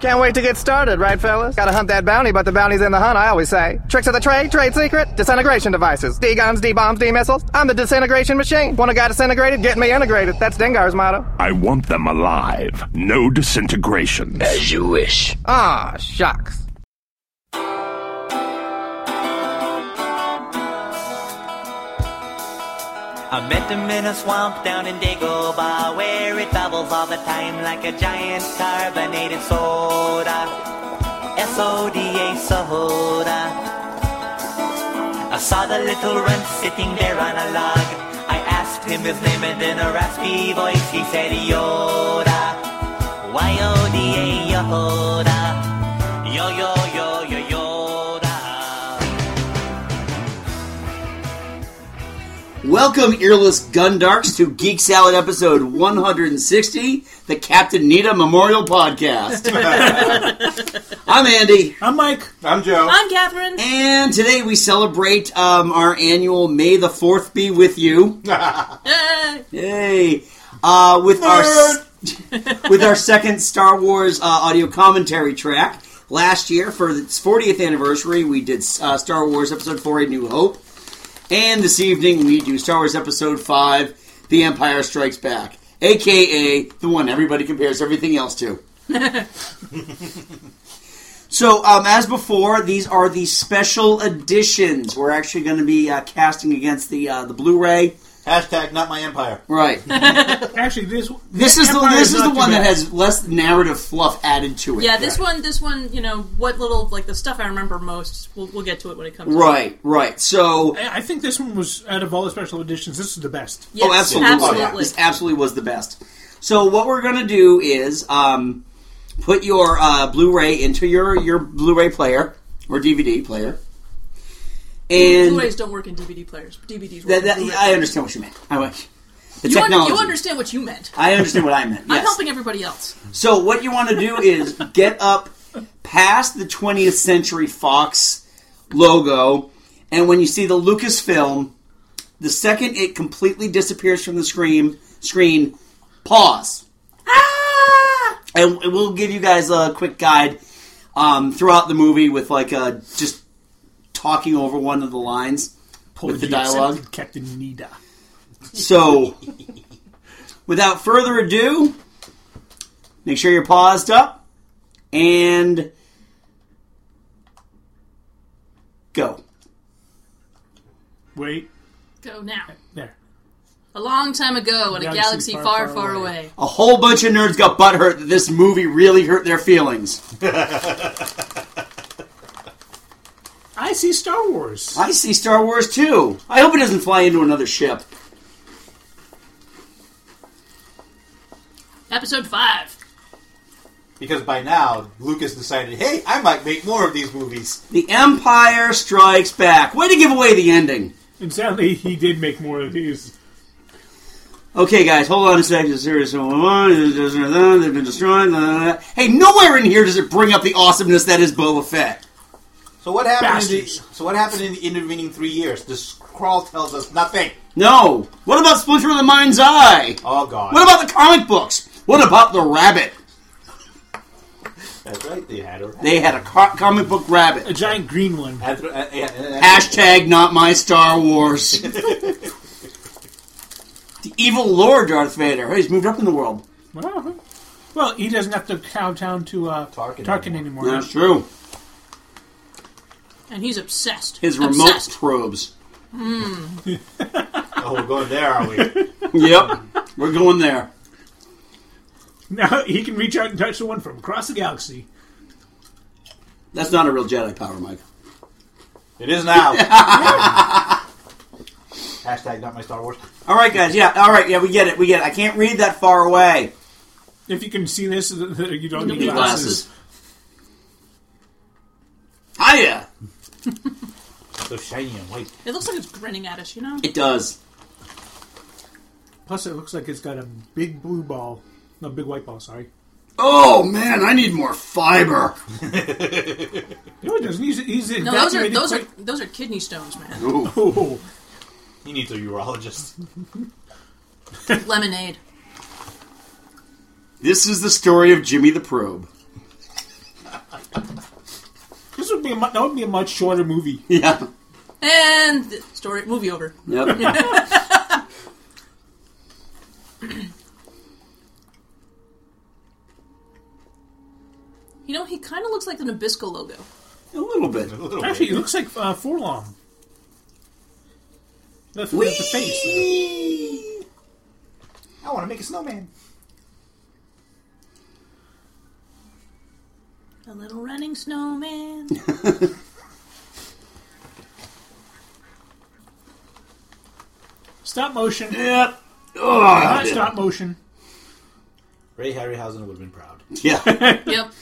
Can't wait to get started, right, fellas? Gotta hunt that bounty, but the bounty's in the hunt, I always say. Tricks of the trade, trade secret, disintegration devices. D guns, D bombs, D missiles. I'm the disintegration machine. Want a guy disintegrated? Get me integrated. That's Dengar's motto. I want them alive. No disintegration. As you wish. Ah, shucks. I met him in a swamp down in Dagobah where it bubbles all the time like a giant carbonated soda. S-O-D-A soda. I saw the little runt sitting there on a log. I asked him his name and in a raspy voice he said Yoda. Y-O-D-A Yoda. Yo, yo, yo, yo, Yoda. Welcome, earless Gundarks, to Geek Salad episode 160, the Captain Nita Memorial Podcast. I'm Andy, I'm Mike. I'm Joe. I'm Catherine. and today we celebrate um, our annual May the 4th Be With You. Yay. Yay! Uh, with, our, s- with our second Star Wars uh, audio commentary track. Last year, for its 40th anniversary, we did uh, Star Wars Episode 4 A New Hope. And this evening, we do Star Wars Episode 5 The Empire Strikes Back, aka the one everybody compares everything else to. So, um, as before, these are the special editions. We're actually going to be uh, casting against the uh, the Blu-ray, Hashtag not my empire. right? Actually, this This is the Empire this is not the too one that bad. has less narrative fluff added to it. Yeah, this one, this one, you know, what little like the stuff I remember most. We'll, we'll get to it when it comes. up. Right, Oh, right. So, I I think this one was out of all the special editions. This is the best. Yes, oh, absolutely, absolutely. this absolutely was the best. So, what we're gonna do is um, put your uh, Blu-ray into your your Blu-ray player or DVD player, and Blu-rays don't work in DVD players. DVDs. Work that, that, in Blu-ray I players. understand what you meant. I went the You, under- technology. you understand what you meant. I understand what I meant. I'm yes. helping everybody else. So what you want to do is get up past the 20th Century Fox logo, and when you see the Lucasfilm, the second it completely disappears from the screen, screen pause. And we'll give you guys a quick guide um, throughout the movie with like uh, just talking over one of the lines with the Apology dialogue. accepted, Captain Nida. So, without further ado, make sure you're paused up and go. Wait, Go now. there. A long time ago, in a galaxy far, far, away. A whole bunch of nerds got butthurt that this movie really hurt their feelings. I see Star Wars. I see Star Wars too. I hope it doesn't fly into another ship. Episode five. Because by now, Lucas decided, hey, I might make more of these movies. The Empire Strikes Back. Way to give away the ending. And sadly, he did make more of these. Okay, guys, hold on a second. Serious. They've been destroyed. Hey, nowhere in here does it bring up the awesomeness that is Boba Fett. So what happened? In the, Bastards. so what happened in the intervening three years? The scrawl tells us nothing. No. What about Splinter of the Mind's Eye? Oh God! What about the comic books? What about the rabbit? That's right. They had a. They had a co- comic book A rabbit. giant green one. Had- uh, uh, uh, Hashtag not my Star Wars. the evil Lord Darth Vader. He's moved up in the world. Well, uh-huh. Well, he doesn't have to cow down to uh, Tarkin Tarkin, anymore. That's true. And he's obsessed. His remote obsessed. probes. oh, we're going there, are we? Yep. We're going there. Now he can reach out and touch the one from across the galaxy. That's not a real Jedi power, Mike. It is now. Hashtag not my Star Wars. All right, guys. Yeah. All right. Yeah, we get it. We get it. I can't read that far away. If you can see this, th- th- you don't You need need glasses. glasses. Hiya. So shiny and white. It looks like it's grinning at us. You know. It does. Plus, it looks like it's got a big blue ball. No, big white ball, sorry. Oh, man. I need more fiber. No, it doesn't. He's, he's No, those are those are those are kidney stones, man. Ooh. Oh, He needs a urologist. Lemonade. This is the story of Jimmy the Probe. would be a, mu- that would be a much shorter movie. Yeah. And the story movie over. Yep. You know, he kind of looks like the Nabisco logo. a little bit. A little Actually, bit. it looks like uh, Forlong. That's, that's the face. I want to make a snowman. A little running snowman. Stop motion. Yep. Not stop motion. Ray Harryhausen would have been proud. Yeah. yep.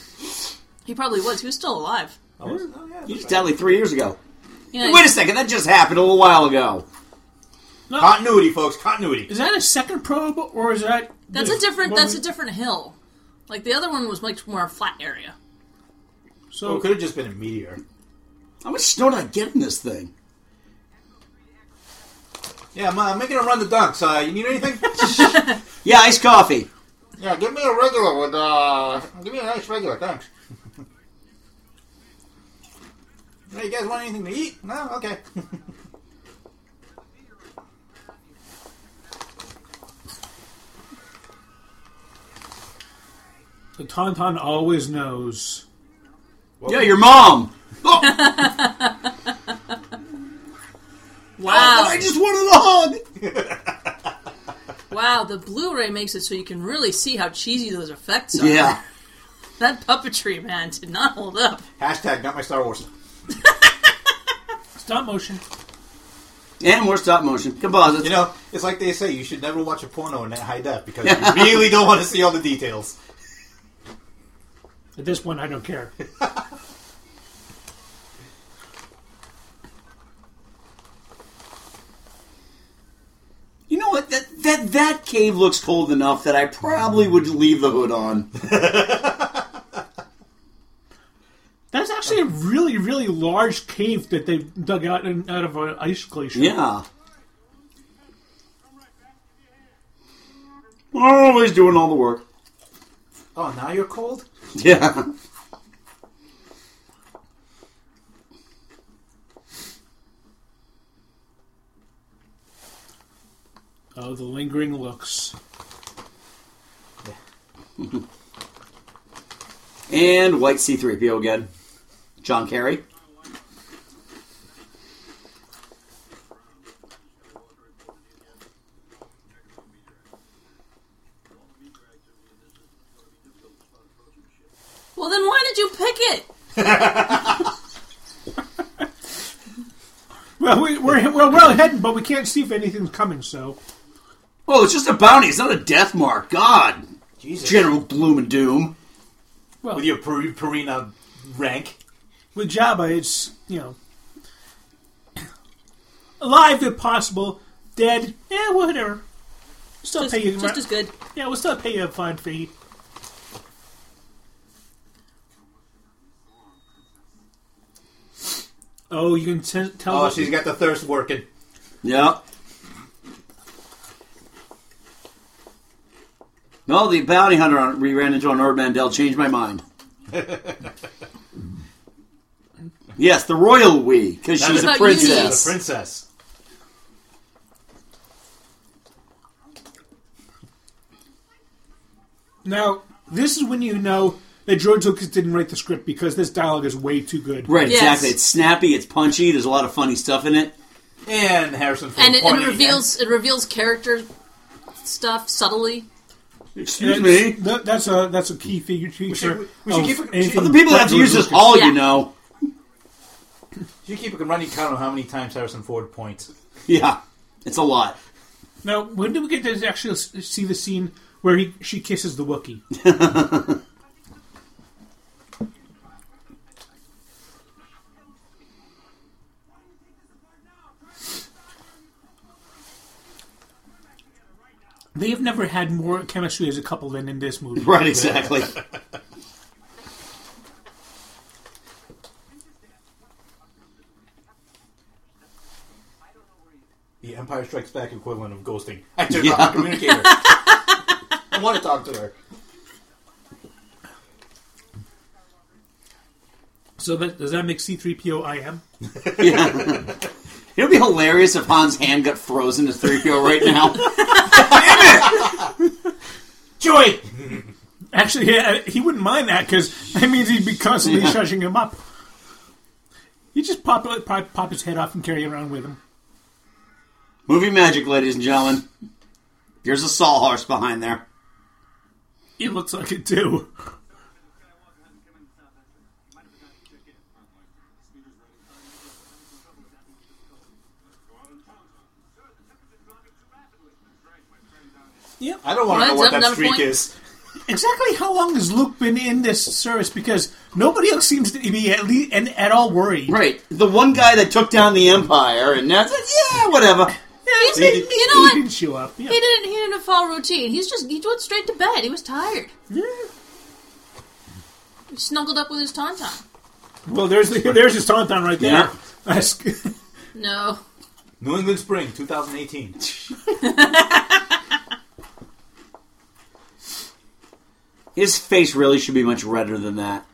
He probably was. He was still alive. Oh, was it? Oh, yeah, you that's just right. died like three years ago. Yeah, Wait a second, that just happened a little while ago. Continuity, folks. Continuity. Is that a second probe or is that? that's a this different. one That's we- a different hill. Like the other one was much more flat area. So it So could have just been a meteor. How much snow did I get in this thing? Yeah, I'm, I'm making a run the dunks. Uh, you need anything? Yeah, iced coffee. yeah, give me a regular with uh, give me a nice regular. Thanks. hey, you guys want anything to eat? No, okay. the tauntaun always knows. Yeah, your mom. Oh, oh, Wow! oh, I just wanted a hug. Wow! The Blu-ray makes it so you can really see how cheesy those effects are. Yeah. That puppetry man did not hold up. Hashtag not my Star Wars. Stop motion. And more stop motion. Composites. You know, it's like they say, you should never watch a porno in that high def because you really don't want to see all the details. At this point, I don't care. You know what? That that that cave looks cold enough that I probably would leave the hood on. That's actually a really, really large cave that they dug out in, out of an ice glacier. Yeah. Always doing all the work. Oh, now you're cold? Yeah. Oh, the lingering looks. And white C3PO again. John Kerry. Well, then why did you pick it? Well, we, we're we're well heading, but we can't see if anything's coming. So Oh, it's just a bounty. It's not a death mark. God. Jesus. General Bloom and Doom. With your per- Purina rank. with Jabba, it's you know, alive if possible, dead, yeah, whatever. Still Just, pay you. just as good. Yeah, we'll still pay you a fine fee. Oh, you can t- tell. Oh, what- she's got the thirst working. Yeah. No, the bounty hunter on, we ran into on Ord Mandel changed my mind. yes, the royal we, because she's a Not you, princess. The princess. Now, this is when you know that George Lucas didn't write the script because this dialogue is way too good. Right, Yes. exactly. It's snappy, it's punchy, there's a lot of funny stuff in it. And Harrison Ford. And it, and pointing it reveals it reveals character stuff subtly. Excuse And me. it's- that- that's a that's a key fea- feature. We should- we should keep Oh, it- But the people that have to use this all, Yeah. you know. Again. You keep a running count on how many times Harrison Ford points. Yeah, it's a lot. Now, when do we get to actually s- see the scene where he she kisses the Wookiee? They have never had more chemistry as a couple than in this movie. Right, exactly. The Empire Strikes Back equivalent of ghosting. I took Yeah. off my communicator. I want to talk to her. So that does that make C3PO IM? It would be hilarious if Han's hand got frozen to 3PO right now. Joey. Actually, yeah, he wouldn't mind that because that means he'd be constantly Yeah. shushing him up. He just pop, pop pop his head off and carry it around with him. Movie magic, ladies and gentlemen. There's a sawhorse behind there. He looks like it too. Yeah, I don't want to know Mine's what up that another streak point. is. exactly how long has Luke been in this service? Because nobody else seems to be at least and at all worried. Right. The one guy that took down the Empire, and that's it. Yeah, whatever. He's He- been, he- you know what? He didn't show up. Yeah. He didn't. He didn't fall routine. He's just. He went straight to bed. He was tired. Yeah. He snuggled up with his tauntaun. Well, there's the, there's his tauntaun right there. Yeah. That's good. No. New England Spring 2018. His face really should be much redder than that.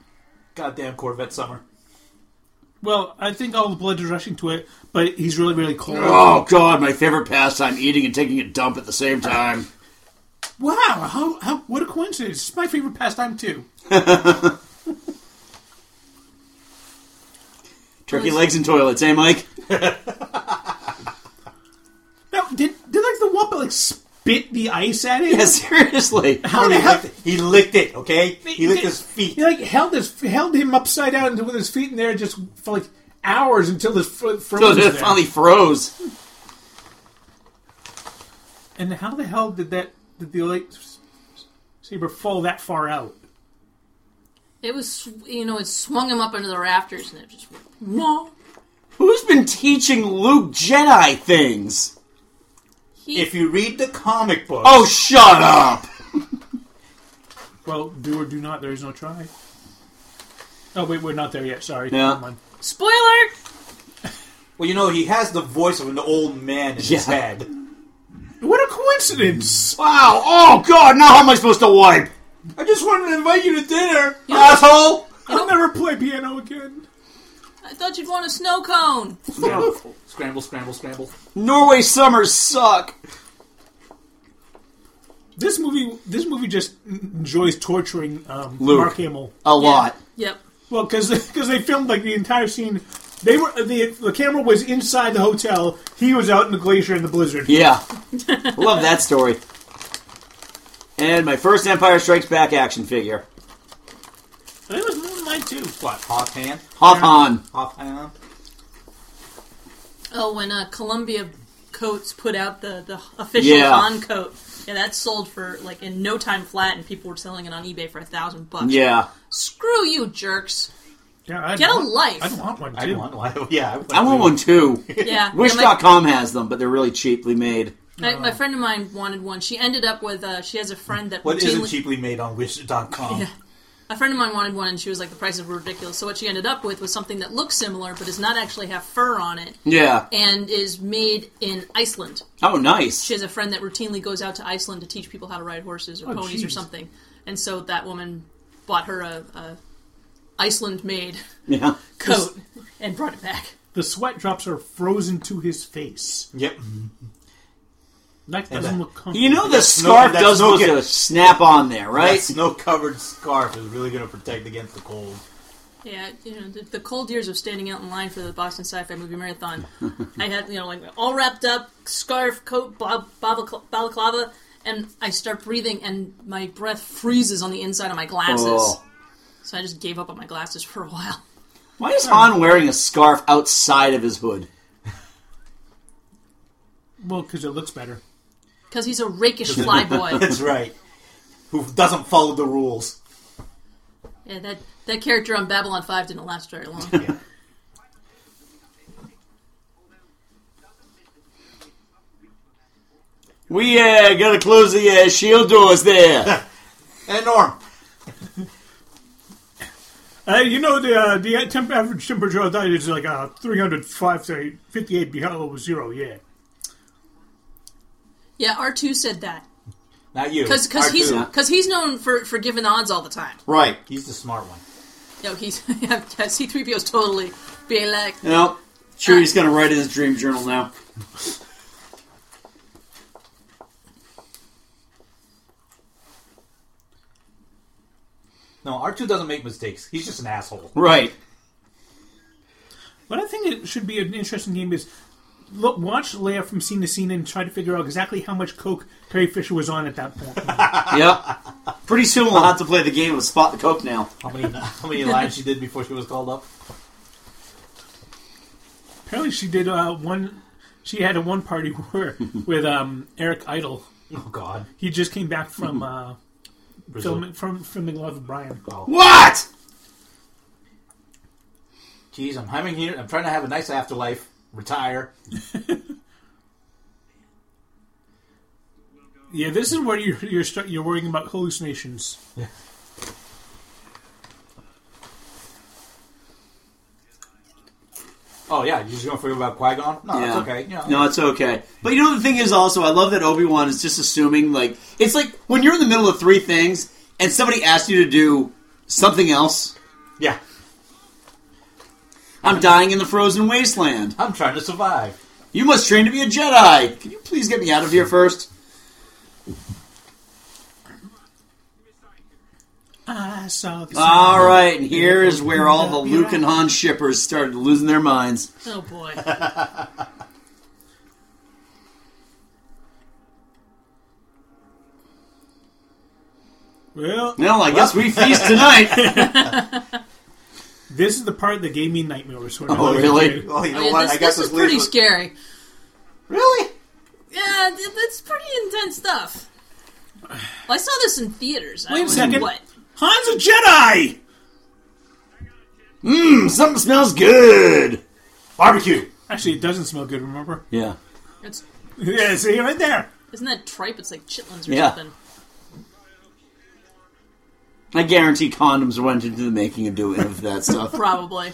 Goddamn Corvette summer. Well, I think all the blood is rushing to it, but he's really, really cold. Oh, God, my favorite pastime eating and taking a dump at the same time. Wow, how, how what a coincidence! It's my favorite pastime too. Turkey legs and toilets, eh, Mike? Now, did did like the Wampa like spit the ice at it? Yeah, seriously. How the He hell? licked, he licked it, okay? He licked his feet. He like held his held him upside down until with his feet in there just for like hours until his foot So froze. it there. finally froze. And how the hell did that did the light s- saber fall that far out? It was. sw- You know, it swung him up into the rafters, and it just. went, Whoa. Who's been teaching Luke Jedi things? He, If you read the comic book, Oh, shut up! Well, do or do not. There is no try. Oh wait, we're not there yet. Sorry. Yeah. Never mind. spoiler. well, you know, he has the voice of an old man in his Yeah. head. What a coincidence! Wow, oh, God, now how am I supposed to wipe? I just wanted to invite you to dinner, You know- asshole! I'll never play piano again. I thought you'd want a snow cone. Scramble, scramble, scramble. Norway summers suck. This movie, this movie just enjoys torturing um, Luke. Mark Hamill. A lot. Yep. Well, because they filmed like the entire scene. They were the the camera was inside the hotel. He was out in the glacier in the blizzard. Yeah. Love that story. And my first Empire Strikes Back action figure. It was mine too. What, Hoff hand? Hop on. Hoff hand? Oh, when uh, Columbia Coats put out the, the official Yeah. Han coat, yeah, that sold for like in no time flat, and people were selling it on eBay for a thousand bucks. Yeah. Screw you, jerks. Yeah, I'd Get a want- life. I'd want one I too. want one. Yeah, I want one too. Yeah. Yeah, my- Wish.com has them, but they're really cheaply made. My, my friend of mine wanted one. She ended up with. Uh, she has a friend that What isn't routinely- cheaply made on Wish.com? Yeah. A friend of mine wanted one, and she was like, "The prices were ridiculous." So what she ended up with was something that looks similar, but does not actually have fur on it, Yeah. and is made in Iceland. Oh, nice. She has a friend that routinely goes out to Iceland to teach people how to ride horses or Oh, ponies or jeez. something. And so that woman bought her a, a Iceland-made Yeah. coat and brought it back. The sweat drops are frozen to his face. Yep. That doesn't that- look comfortable. You know the no- scarf that's does no look good. to snap on there, That right? snow covered scarf is really going to protect against the cold. Yeah, you know, the, the cold years of standing out in line for the Boston Sci-Fi Movie Marathon, I had you know like all wrapped up, scarf, coat, bob, baba- balaclava, and I start breathing, and my breath freezes on the inside of my glasses. Oh. So I just gave up on my glasses for a while. Why is Han wearing a scarf outside of his hood? well, because it looks better. Because he's a rakish fly boy. That's right. Who doesn't follow the rules? Yeah, that, that character on Babylon 5 didn't last very long. We uh, gotta close the uh, shield doors there. And Norm. Uh, you know the uh, the temp- average temperature outside is like uh, 305 to 58 below zero. Yeah. yeah, R2 said that. Not you. Because R2. he's, 'cause he's known for, for giving the odds all the time. Right. He's the smart one. No, he's yeah, C-3PO's totally being like, You know, Chewie's gonna write in his dream journal now. No, R2 doesn't make mistakes. He's just an asshole. Right. What I think it should be an interesting game is look, watch Leia from scene to scene and try to figure out exactly how much coke Carrie Fisher was on at that point. Yep. Pretty soon we'll have to play the game of Spot the Coke now. How many how many lines she did before she was called up? Apparently, she did uh, one. She had a one party where with um, Eric Idle. Oh God. He just came back from uh, Brazil. film, from filming Love of Brian. What? Jeez, I'm hemming here. I'm trying to have a nice afterlife. Retire. Yeah, this is where you're you're, start, you're worrying about hallucinations. Oh yeah, you're just gonna forget about Qui Gon? No, Yeah. that's okay. You know, No, it's okay. But you know the thing is also, I love that Obi Wan is just assuming like it's like when you're in the middle of three things and somebody asks you to do something else. Yeah, I'm dying in the frozen wasteland. I'm trying to survive. You must train to be a Jedi. Can you please get me out of here first? I saw the All right, and here is where all the Luke and Han shippers started losing their minds. oh boy. Well, Well, I guess we feast tonight. this is the part that gave me nightmares. when I Oh, was a really? kid. Well, you know Yeah, what? this, I guess this is this pretty leaves. with- scary. Really? Yeah, th- that's pretty intense stuff. Well, I saw this in theaters. Wait I a was- second. What? Han's a Jedi. Hmm, something smells good. Barbecue. Actually, it doesn't smell good. Remember? Yeah. It's, Yeah, see right there. isn't that tripe? It's like chitlins or Yeah. something. I guarantee condoms went into the making of doing of that stuff. Probably.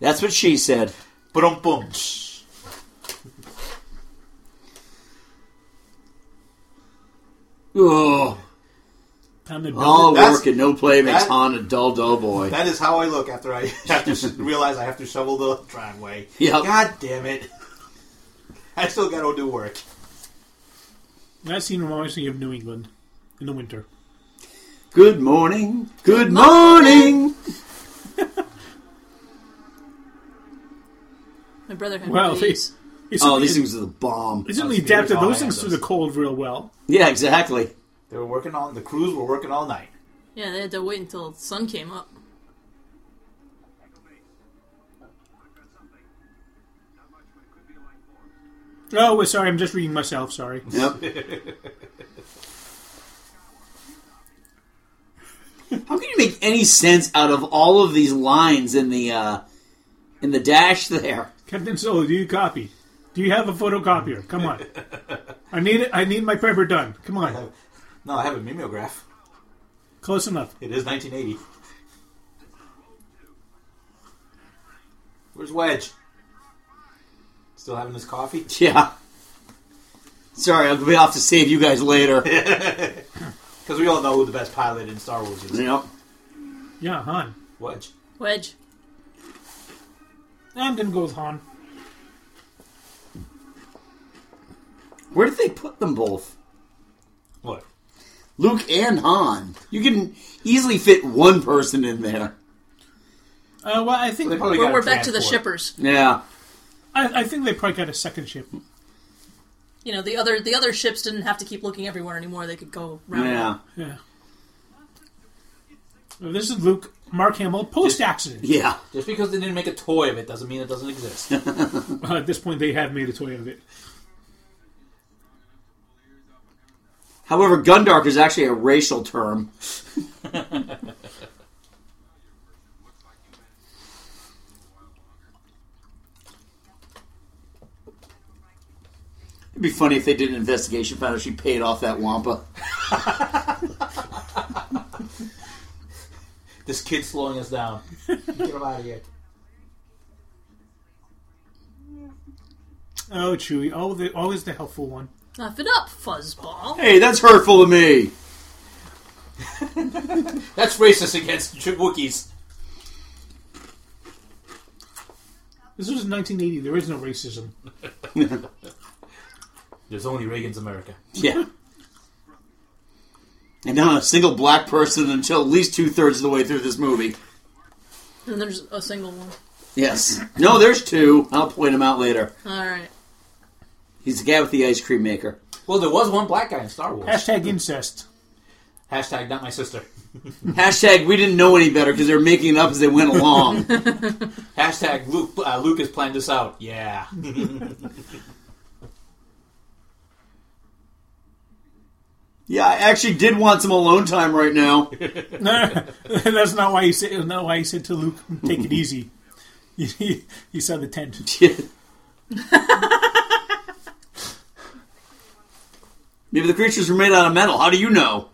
That's what she said. Boom, boom. Ugh. Time to build Oh, All it. That's- work and no play makes that- Han a dull, dull boy. That is how I look after I have to s- realize I have to shovel the driveway. Yep. God damn it! I still got to do work. That scene reminds me of New England in the winter. Good morning. Good morning. My brother had Well, one of they- these. It's Oh, these things are the bomb. They certainly That's the adapted original those things Nando's. to the cold real well. Yeah, exactly. They were working all. The crews were working all night. Yeah, they had to wait until the sun came up. Oh, well, sorry, I'm just reading myself. Sorry. Yep. How can you make any sense out of all of these lines in the uh, in the dash there? Captain Solo, do you copy? Do you have a photocopier? Come on. I need it. I need my paper done. Come Uh-huh. on. No, I have a mimeograph. Close enough. It is 1980. Where's Wedge? Still having his coffee? Yeah. Sorry, I'll be off to save you guys later. Because we all know who the best pilot in Star Wars is. Yep. Yeah, Han. Wedge. Wedge. I'm gonna go with Han. Where did they put them both? What? Luke and Han. You can easily fit one person in there. Uh, well, I think They probably We're, got a we're back to the transport. shippers. Yeah. I, I think they probably got a second ship. You know, the other the other ships didn't have to keep looking everywhere anymore. They could go round. Yeah. Yeah. Well, this is Luke Mark Hamill post accident. Yeah. Just because they didn't make a toy of it doesn't mean it doesn't exist. Well, Uh, at this point, they have made a toy of it. However, Gundark is actually a racial term. It'd be funny if they did an investigation, found out she paid off that Wampa. this kid's slowing us down. Get him out of here. Oh, Chewie. Oh, the, always the helpful one. Tough it up, fuzzball. Hey, that's hurtful to me. That's racist against Ch- Wookiees. This was 1980. There is no racism. There's only Reagan's America. Yeah. And not a single black person until at least two thirds of the way through this movie. And there's a single one. Yes. No, there's two. I'll point them out later. All right. He's the guy with the ice cream maker. Well, there was one black guy in Star Wars. Hashtag incest. Hashtag not my sister. Hashtag we didn't know any better because they were making it up as they went along. Hashtag Luke, uh, Lucas planned this out. Yeah. yeah, I actually did want some alone time right now. That's not why he said. that's Not why he said to Luke, "Take it easy." He, he saw the tent. Maybe the creatures were made out of metal. How do you know?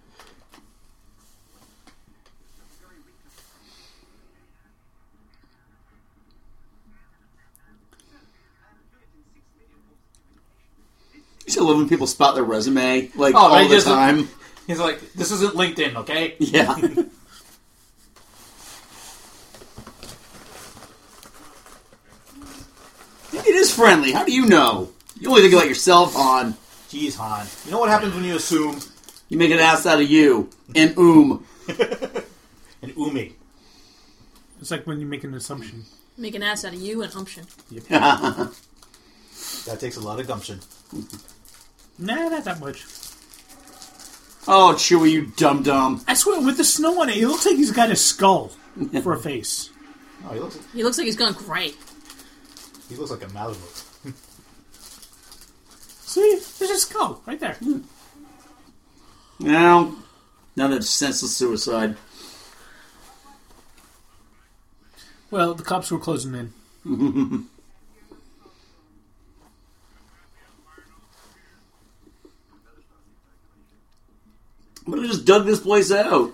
I still love when people spot their resume like Oh, all they the just- time. He's like, this isn't LinkedIn, okay? Yeah. Maybe it is friendly. How do you know? You only think about yourself on. Jeez, Han. You know what happens when you assume You make an ass out of you and um. oom. an Umi? It's like when you make an assumption. Make an ass out of you and umption. That takes a lot of gumption. Nah, not that much. Oh, Chewy, you dum dum. I swear, with the snow on it, it looks like he's got a skull for a face. Oh, he looks He looks like he's gone gray. he looks like a Malibu. See, there's a skull right there. Hmm. Now, now that's senseless suicide. Well, the cops were closing in. I'm gonna just dug this place out.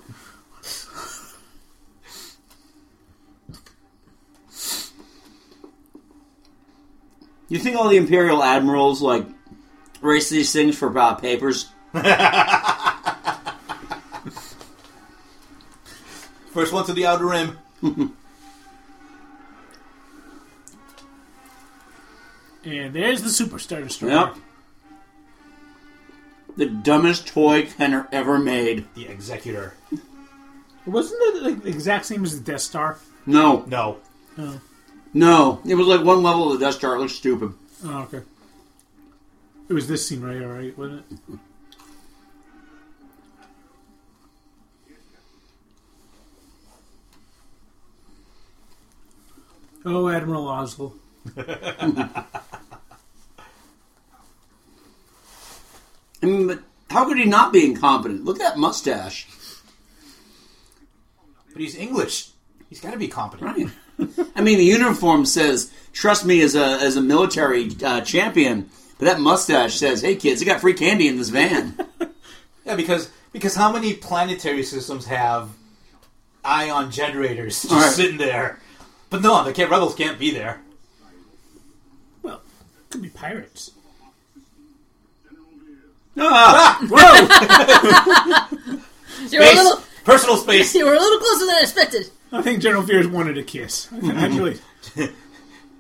You think all the imperial admirals like race these things for uh, papers? First one to the outer rim. And there's the superstar destroyer. Yep. The dumbest toy Kenner ever made. The executor. Wasn't it like the exact same as the Death Star? No, No. no. It was like one level of the Death Star. It looked stupid. Oh, okay. It was this scene right here, right? Wasn't it? Oh, Admiral Oslo. I mean, but how could he not be incompetent? Look at that mustache. But he's English. He's got to be competent. Right. I mean, the uniform says "Trust me" as a as a military uh, champion, but that mustache says, "Hey kids, I got free candy in this van." Yeah, because because how many planetary systems have ion generators just Right. sitting there? But no, the can't, rebels can't be there. Well, could be pirates. Ah! Whoa! You were, a little, Space, personal space. you were a little closer than I expected. I think General Fears wanted a kiss. Actually,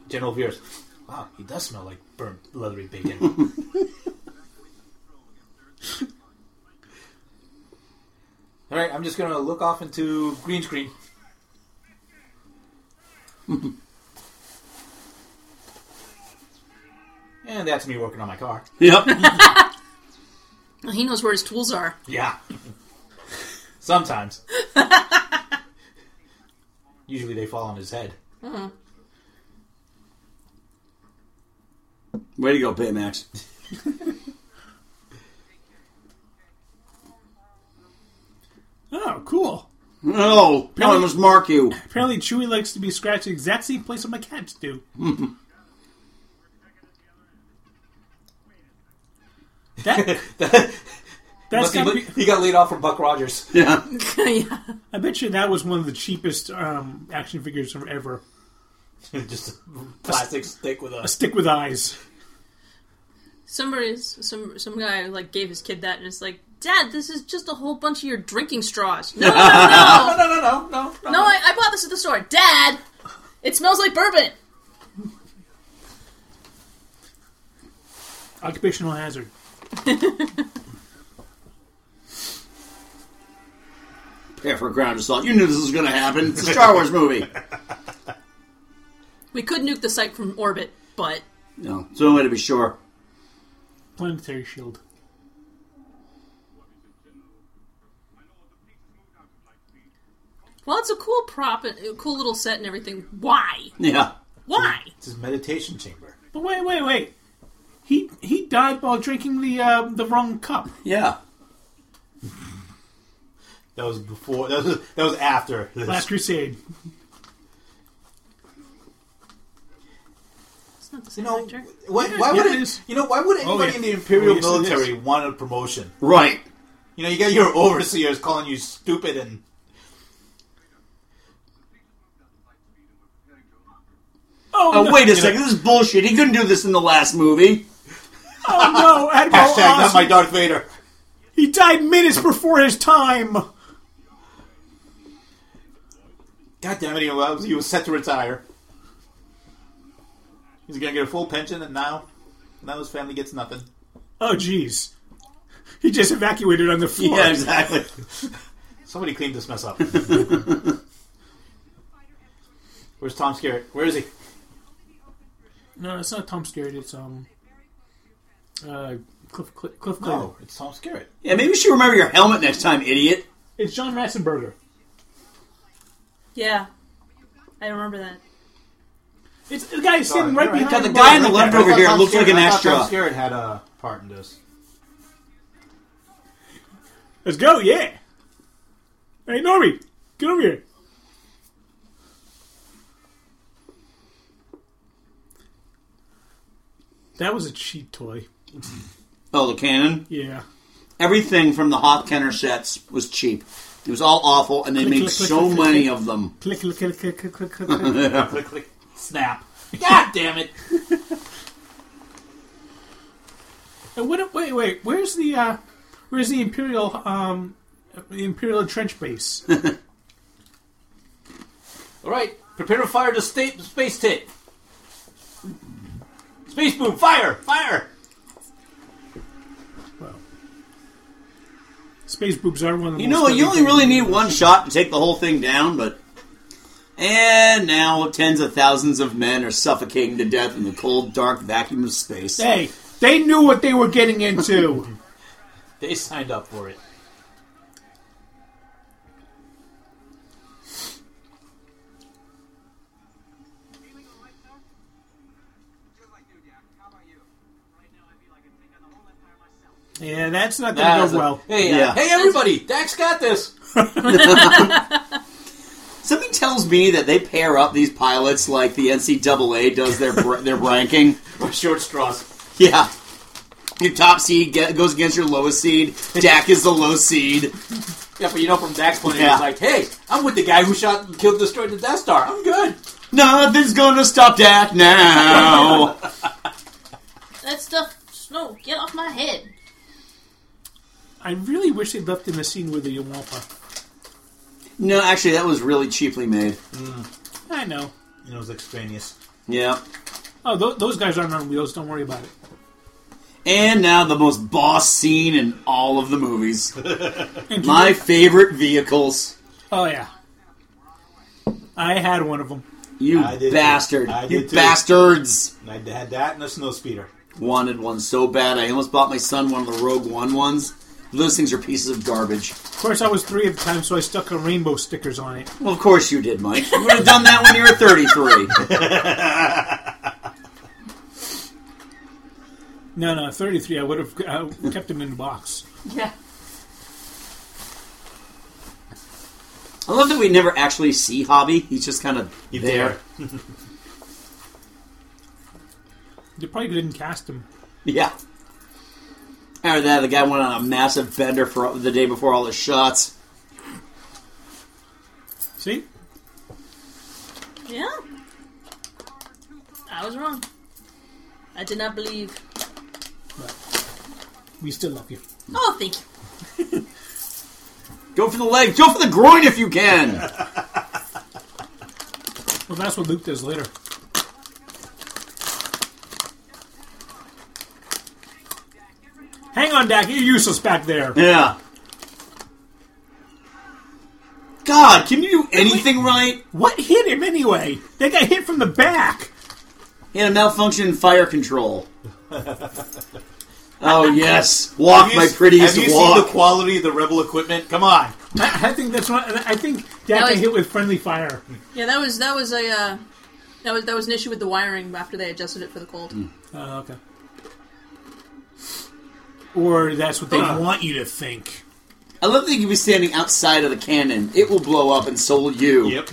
General Veers. Wow, he does smell like burnt leathery bacon. All right, I'm just gonna look off into green screen. and that's me working on my car. yep. He knows where his tools are. Yeah. Sometimes. Usually they fall on his head. Way to go, Baymax. oh, cool. No, no, I must mark you. Apparently, Chewie likes to be scratched the exact same place all my cats do. that, that's He, gotta be, he got laid off from Buck Rogers. Yeah. yeah. I bet you that was one of the cheapest um, action figures ever. Just a plastic stick with A a stick with eyes. somebody's some some guy like gave his kid that, and it's like, Dad, this is just a whole bunch of your drinking straws. No, no, no, No, no, no, no, no. no. I, I bought this at the store, Dad. It smells like bourbon. Occupational hazard. Prepare for a ground assault. You knew this was going to happen. It's a Star Wars movie. We could nuke the site from orbit, but No, it's the only way to be sure. Planetary shield. well, it's a cool prop, and a cool little set, and everything. Why? Yeah. Why? It's his meditation chamber. But wait, wait, wait. He he died while drinking the uh, the wrong cup. Yeah. That was before. That was that was after this. Last Crusade. It's not the you same know, actor. why, why would Yeah, it it- is. you know why would anybody yeah. in the imperial Oh, yes, it military want a promotion? Right. You know, you got your overseers calling you stupid and Oh, Oh, no. wait a second. This is bullshit. He couldn't do this in the last movie. Oh no, Admiral hashtag not Oz- my Darth Vader. He died minutes before his time. God damn it, he was, he was set to retire. He's gonna get a full pension, and now now his family gets nothing. Oh jeez. He just evacuated on the floor. Yeah, exactly. Somebody clean this mess up. Where's Tom Skerritt? Where is he? No, it's not Tom Skerritt. It's um, uh, Cliff Cl- Cliff Oh, Clavin. No, Oh, it's Tom Skerritt. Yeah, maybe you should remember your helmet next time, idiot. It's John Ratzenberger. Yeah, I remember that. It's the guy Sorry, standing right you're right. Got behind. the guy on the Right left there. over I thought here Tom looks like an Skerritt- I thought Tom astronaut. Skerritt had a part in this. Let's go, yeah. Hey, Normie, get over here. That was a cheap toy. Oh, the cannon. Yeah. Everything from the Hop Kenner sets was cheap. It was all awful, and they Click, made click, click, so click, many click. of them. Click, click, click, click, click, click, click, click. click, click, snap. God damn it! and what? Wait, wait. Where's the? uh Where's the imperial? Um, the imperial trench base? All right, prepare to fire the sta- space tit. Space boom, fire, fire. well, space boobs are one of the You most know, you only deadly really things. need one shot to take the whole thing down, but. And now tens of thousands of men are suffocating to death in the cold, dark vacuum of space. Hey, they knew what they were getting into. They signed up for it. yeah, that's not going to That's go a- well. Hey, uh, Yeah. hey, everybody! Dax got this. Something tells me that they pair up these pilots like the NCAA does their br- their ranking. Or short straws. Yeah. Your top seed get, goes against your lowest seed. Dak is the low seed. Yeah, but you know, from Dax's point of view, Yeah. it's like, hey, I'm with the guy who shot, and killed, destroyed the Death Star. I'm good. Nothing's gonna stop Dak now. That stuff. No, get off my head. I really wish they'd left in the scene with the Yawampa. no, actually, that was really cheaply made. I know. You know, it was extraneous. Yeah. Oh, th- those guys aren't on wheels. Don't worry about it. And now the most boss scene in all of the movies. My favorite vehicles. Oh yeah, I had one of them. You I did too. bastard. I did You too. bastards. And I had that and a snow speeder. Wanted one so bad. I almost bought my son one of the Rogue One ones. Those things are pieces of garbage. Of course, I was three at the time, so I stuck a rainbow stickers on it. Well, of course you did, Mike. You would have done that when you were 33. No, no, thirty-three. I would have uh, kept them in the box. Yeah. I love that we never actually see Hobby. He's just kind of there. They probably didn't cast them. Yeah. After that, the guy went on a massive bender for the day before all the shots. See, Yeah. I was wrong. I did not believe. We still love you. Oh, thank you. Go for the legs. Go for the groin if you can. Well, that's what Luke does later. Hang on, Dak. You're useless back there. Yeah. God, can you do anything right? What hit him anyway? They got hit from the back. He had a malfunction in fire control. Oh yes, walk Have my you- prettiest Have you walk. seen the quality of the rebel equipment? Come on. I, I think that's what. I think Dak That got was- hit with friendly fire. Yeah, that was that was a uh, that was that was an issue with the wiring after they adjusted it for the cold. Oh, okay. Or that's what they want you to think. I love that you can be standing outside of the cannon. It will blow up, and so will you. Yep.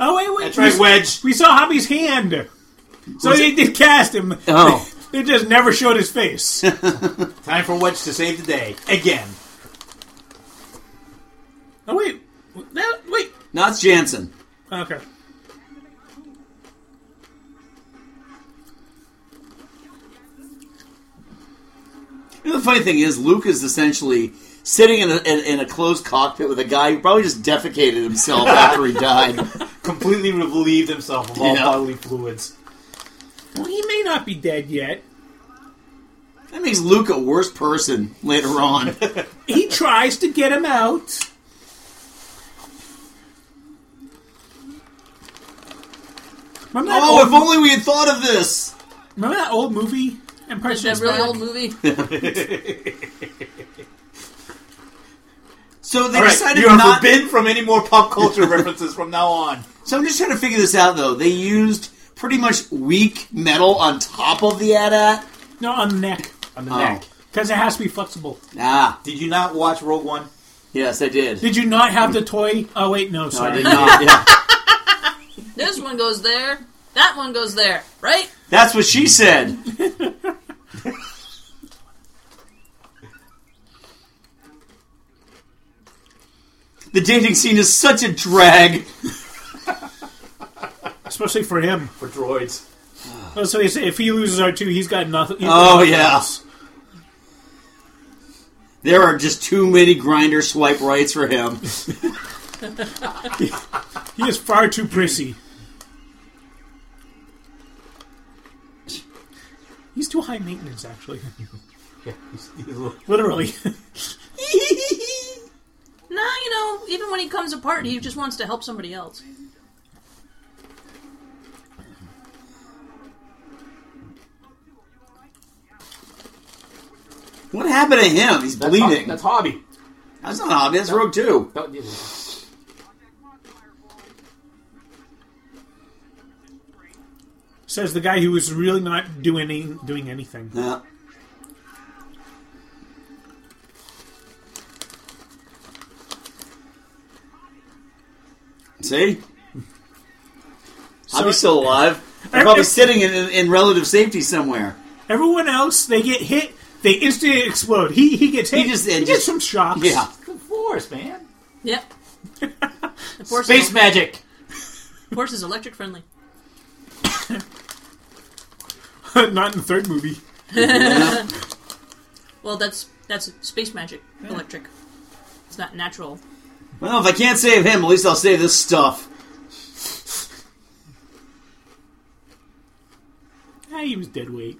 Oh wait, wait. That's right, we- Wedge. We saw Hobby's hand. So they did cast him. Oh. They just never showed his face. Time for Wedge to save the day. Again. oh wait. That, wait. Not Jansen. Okay. You know, the funny thing is, Luke is essentially sitting in a, in, in a closed cockpit with a guy who probably just defecated himself after he died. Completely relieved himself of all Yeah. bodily fluids. Well, he may not be dead yet. That makes Luke a worse person later on. He tries to get him out. Remember that, oh, old, if only we had thought of this. remember that old movie? Empire That Strikes really Back? old movie. So they All right, decided you are not. forbidden from any more pop culture references from now on. So I'm just trying to figure this out, though. They used pretty much weak metal on top of the AT-AT. No, on the neck. On the Oh. neck. Because it has to be flexible. Ah, Did you not watch Rogue One? yes, I did. Did you not have the toy? Oh, wait, no, I sorry. did not. Yeah. This one goes there. That one goes there. Right? That's what she said. the dating scene is such a drag. Especially for him. For droids. Oh, so he said if he loses R2, he's got nothing. he's Oh, got nothing yeah. else. There are just too many grinder swipe rights for him. He is far too prissy. He's too high maintenance, actually. Yeah, he's- he's a little- Literally. No, you know, even when he comes apart, he just wants to help somebody else. What happened to him? He's bleeding. That's, That's hobby. not obvious. That's Rogue 2. That- yeah, Says the guy who was really not doing any, doing anything. Yeah. See? I'll be still alive. I'm probably sitting in, in, in relative safety somewhere. Everyone else, they get hit, they instantly explode. He he gets hit. He, just- gets just- some shocks. Yeah. Good force, man. Yep. The force, Space is, magic. the force is electric friendly. not in the third movie. Well, that's that's space magic. Electric. It's not natural. Well, if I can't save him, at least I'll save this stuff. Ah, he was dead weight.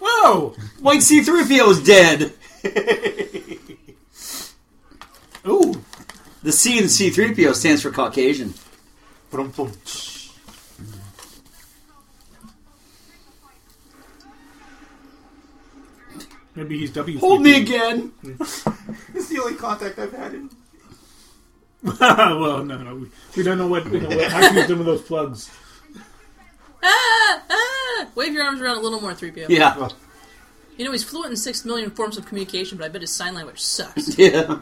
Whoa! White C3PO is dead. Ooh, The C in C3PO stands for Caucasian. Brum, bum. maybe he's W. Hold me again. It's the only contact I've had. In. well, no, no, we, we don't know what, we know what how to use them with those plugs. Ah, ah! Wave your arms around a little more, 3PO. Yeah. You know, he's fluent in six million forms of communication, but I bet his sign language sucks. Yeah.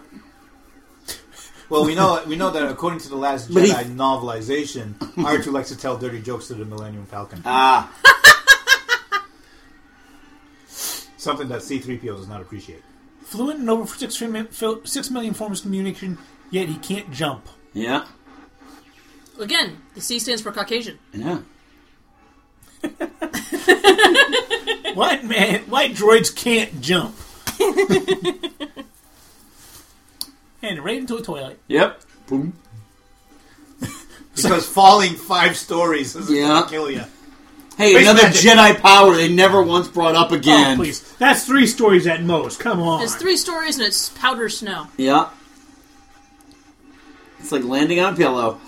Well, we know we know that according to the last But Jedi he- novelization, R2 likes to tell dirty jokes to the Millennium Falcon. Ah. something that C-3PO does not appreciate. Fluent in over six, mi- fil- six million forms of communication, yet he can't jump. Yeah. Again, the C stands for Caucasian. Yeah. What man? White droids can't jump. and right into a toilet. Yep. Boom. Because falling five stories is Yeah. going to kill you. Hey, Space another magic. Jedi power they never once brought up Oh, again. please. That's three stories at most. Come on. It's three stories and it's powder snow. Yeah. It's like landing on a pillow.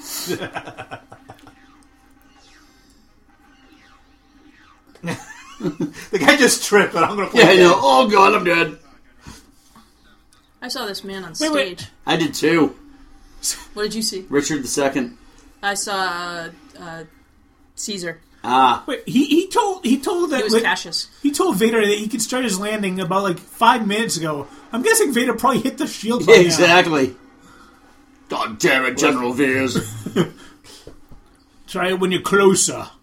The guy just tripped, and I'm going to play Yeah, I know. Oh god, I'm dead. I saw this man on Wait, stage. wait. I did too. What did you see? Richard the Second. I saw uh, uh, Caesar. Ah, Wait, he, he told he told that It was like, Cassius. he told Vader that he could start his landing about like five minutes ago. I'm guessing Vader probably hit the shield. by now. exactly. Oh, God damn it, General Veers. Try it when you're closer.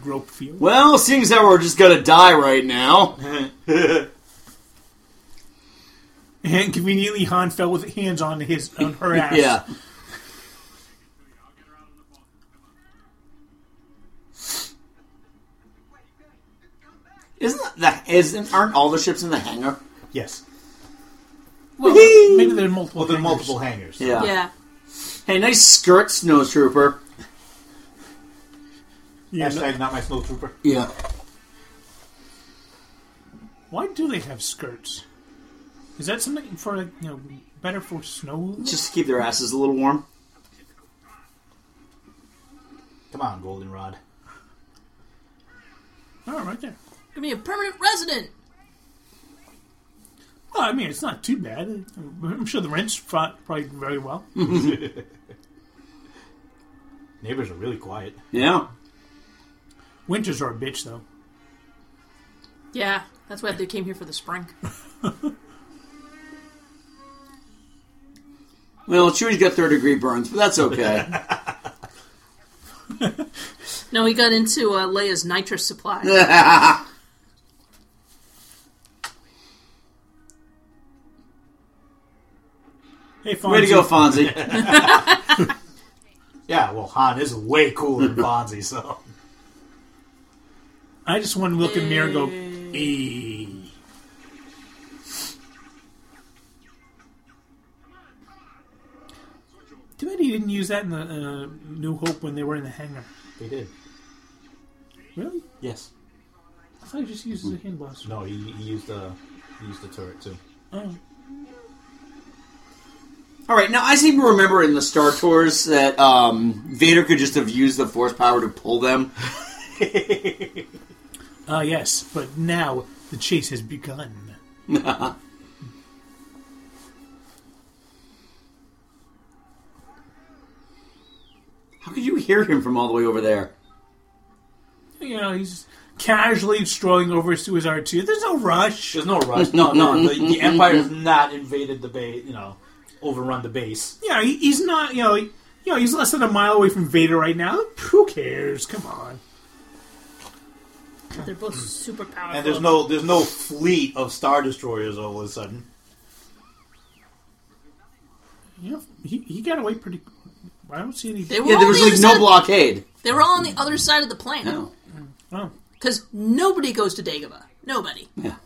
Grope field. well, seeing as how we're just gonna die right now. And conveniently, Han fell with hands on his on her ass. Yeah. Isn't the isn't aren't all the ships in the hangar? Yes. Well, maybe there are multiple. Well, there are hangers. multiple hangers. Yeah. Hey, nice skirt, Snowtrooper. Yeah, no- Hashtag not my snow trooper. Yeah. why do they have skirts? Is that something for like, you know better for snow? Just to keep their asses a little warm. Come on, Goldenrod. Oh, right there. Gonna be a permanent resident. Well, I mean, it's not too bad. I'm sure the rent's pro- probably very well. Neighbors are really quiet. Yeah. Winters are a bitch, though. Yeah. That's why they came here for the spring. Well, Chewie's got third degree burns, but that's okay. No, he got into uh, Leia's nitrous supply. Hey, Fonzie. Way to go, Fonzie. Yeah, well, Han is way cooler than Bonzi, so. I just want to look in the mirror and go, eee. Too bad he didn't use that in the uh, New Hope when they were in the hangar. They did. Really? Yes. I thought he just uses a hand blaster. No, he, he used the he used the turret too. Oh. All right, now I seem to remember in the Star Tours that um, Vader could just have used the Force power to pull them. Ah, yes, but now the chase has begun. How could you hear him from all the way over there? You know, he's casually strolling over to his R2. There's no rush. There's no rush. Mm-hmm, No, no. The, the Empire has not invaded the base. You know, overrun the base. Yeah, he, he's not. You know, he, you know, he's less than a mile away from Vader right now. Who cares? Come on. They're both super powerful. And there's no there's no fleet of star destroyers all of a sudden. You know, he, he got away pretty. I don't see any. They were Yeah, all there was on the like other no side- blockade. They were all on the other side of the planet. No. Oh, Because nobody goes to Dagobah. Nobody. Yeah.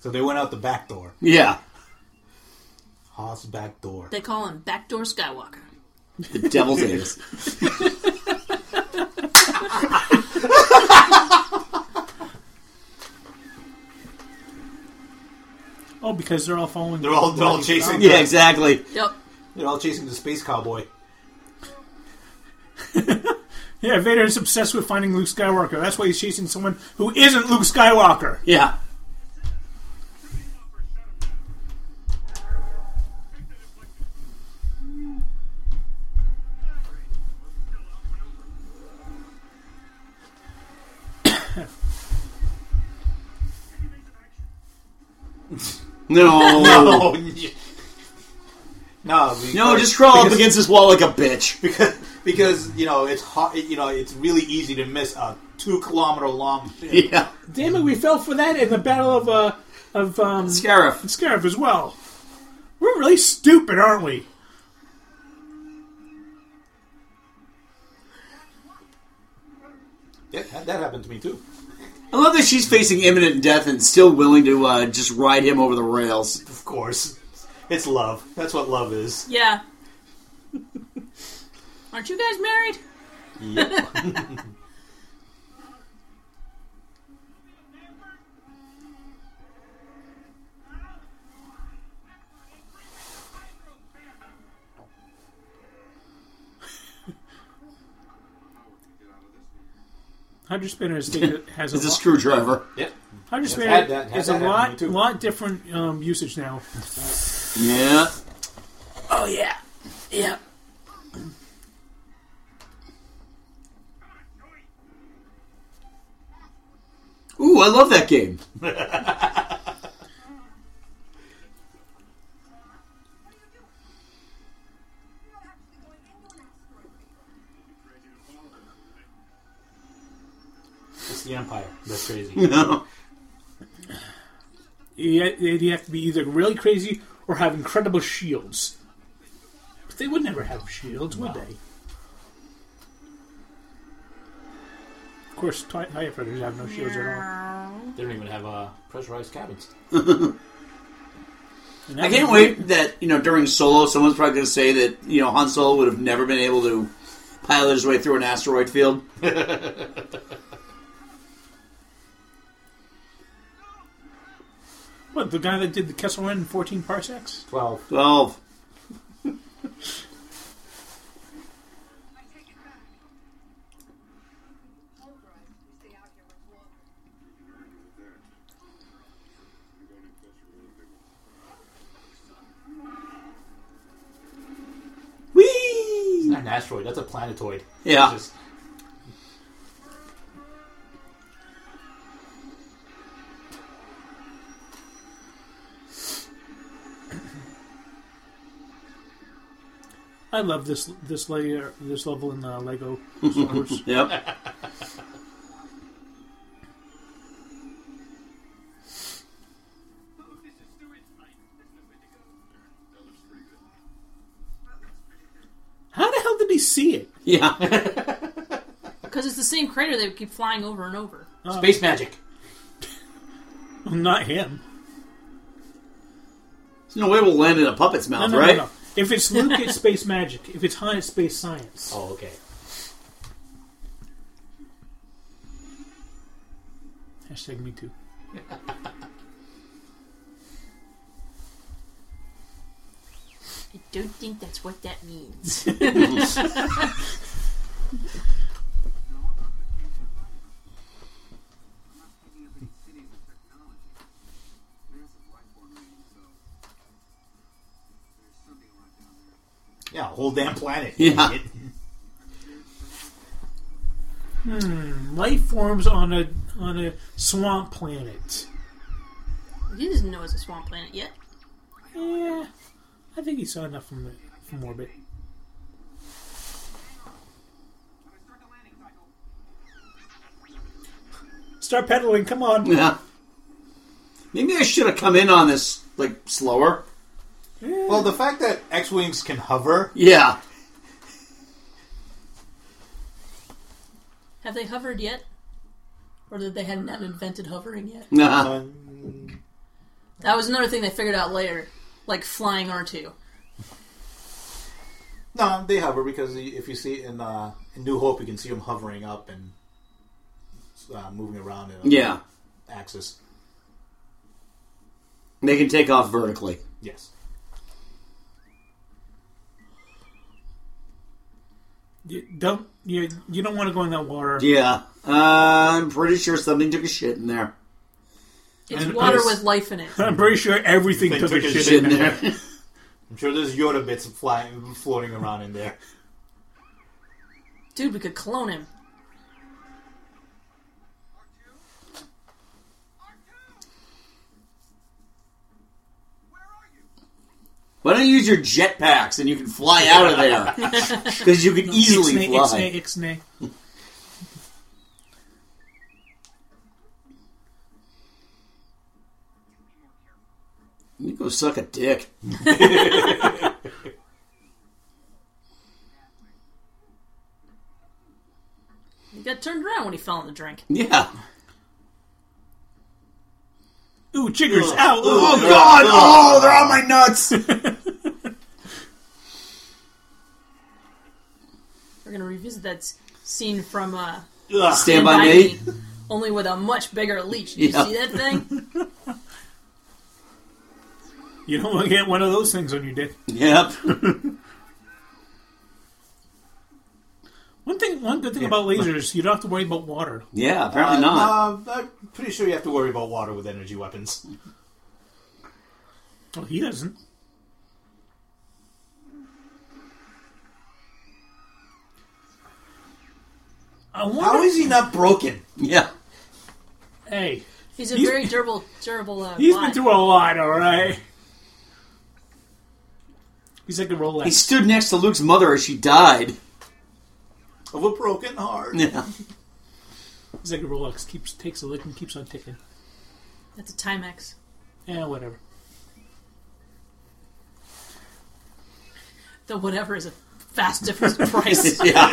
So they went out the back door. Yeah. Haas back door. They call him Backdoor Skywalker. The devil's anus. oh, because they're all following. They're all they're all chasing. Yeah, exactly. Yep. They're all chasing the space cowboy. Yeah, Vader is obsessed with finding Luke Skywalker. That's why he's chasing someone who isn't Luke Skywalker. Yeah. No. No, Oh, No, we, Oh. No, just crawl up because- against this wall like a bitch. because because you know it's hard. You know it's really easy to miss a two kilometer long. Ship. Yeah. Damn it, we fell for that in the Battle of uh, of um, Scarif. Scarif as well. We're really stupid, aren't we? Yeah, that, that happened to me too. I love that she's facing imminent death and still willing to uh, just ride him over the rails. Of course, it's love. That's what love is. Yeah. Aren't you guys married? Hydra Spinner is taking- has a It's a lot- screwdriver. Yep. Hydra had Spinner that- had is that a happen to me lot too. lot different um, usage now. Yeah. Oh yeah. Yeah. Ooh, I love that game. It's the empire. That's crazy. No. You, you have to be either really crazy or have incredible shields. But they would never have shields, would they? Of course, tie- firefighters have no shields at all. They don't even have uh, pressurized cabins. And I that can't would- wait that, you know, during Solo, someone's probably going to say that, you know, Han Solo would have never been able to pilot his way through an asteroid field. What the guy that did the Kessel Run in fourteen parsecs? Twelve. 12. It's not an asteroid. That's a planetoid. Yeah. It's just- I love this this layer this level in uh, Lego Star Wars. Yep. How the hell did he see it? Yeah. Because it's the same crater they would keep flying over and over. Space magic. Not him. There's no way we'll land in a puppet's No, mouth, no, right? no, no. If it's Luke, it's space magic. If it's Han, it's space science. Oh, okay. Hashtag me too. I don't think that's what that means. Yeah, whole damn planet. Yeah. Idiot. Life forms on a on a swamp planet. he doesn't know it's a swamp planet yet. Yeah, I think he saw enough from the, from orbit. Start pedaling, come on. Yeah. Maybe I should have come in on this like slower. Well, the fact that X-wings can hover. Yeah. Have they hovered yet? Or that they hadn't had invented hovering yet? Nah. That was another thing they figured out later. Like flying R2. No, they hover because y- if you see in, uh, in New Hope, you can see them hovering up and uh, moving around in an Yeah. axis. They can take off vertically. Yes. You don't you you don't want to go in that water. Yeah. Uh, I'm pretty sure something took a shit in there. It's And water it's- with life in it. I'm pretty sure everything They took, a shit, Shit in in there. there. I'm sure there's Yoda bits flying, floating around in there. Dude, we could clone him. Why don't you use your jetpacks and you can fly out of there? Because you can easily Ixnay, Ixnay, fly. Ixnay. You go suck a dick. He got turned around when he fell in the drink. Yeah. Ooh, chiggers. Ow. Ooh. Oh God! Oh, they're on my nuts. We're gonna revisit that s- scene from uh, Stand by me. only with a much bigger leash. Did Yeah. you see that thing? You don't want to get one of those things on your dick. Yep. One thing, one good thing about lasers, you don't have to worry about water. Yeah. Apparently not. Uh, I'm pretty sure you have to worry about water with energy weapons. Well, he doesn't. I wonder. How is he not broken? Yeah. hey, He's a He's- very durable, durable. Uh, he's been lot. through a lot, all right. He's like a Rolex. He stood next to Luke's mother as she died. Of a broken heart. Yeah. He's like a Rolex. Keeps takes a lick and keeps on ticking. That's a Timex. Yeah, whatever. The whatever is a vast difference in price. yeah.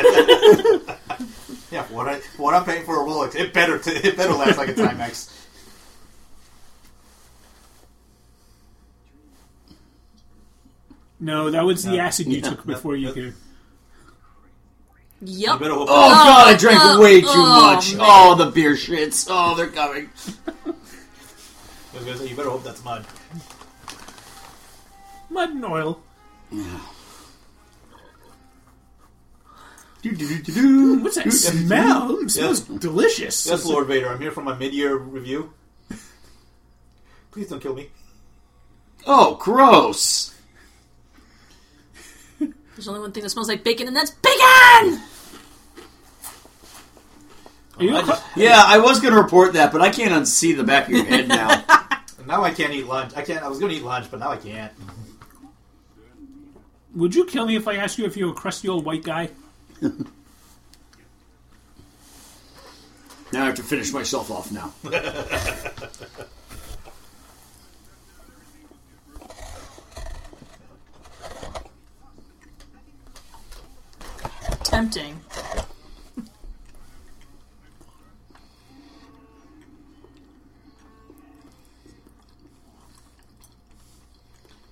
Yeah, what I what I'm paying for a Rolex, it better t- it better last like a Timex. No, that was the acid you took no, before you no. could. yep. Better hope Oh God! I drank oh, way too oh, much. man. Oh, the beer shits. Oh, they're coming. I was gonna say, you better hope that's mud. Mud and oil. Do-do-do-do-do. What's that smell? It smells delicious. Yes, Lord Vader, I'm here for my mid-year review. Please don't kill me. Oh, gross. There's only one thing that smells like bacon, and that's bacon. Are you okay? Yeah, I was going to report that, but I can't unsee the back of your head now. And now I can't eat lunch. I can't. I was gonna eat lunch, but now I can't. Would you kill me if I asked you if you were a crusty old white guy? now I have to finish myself off now. Tempting.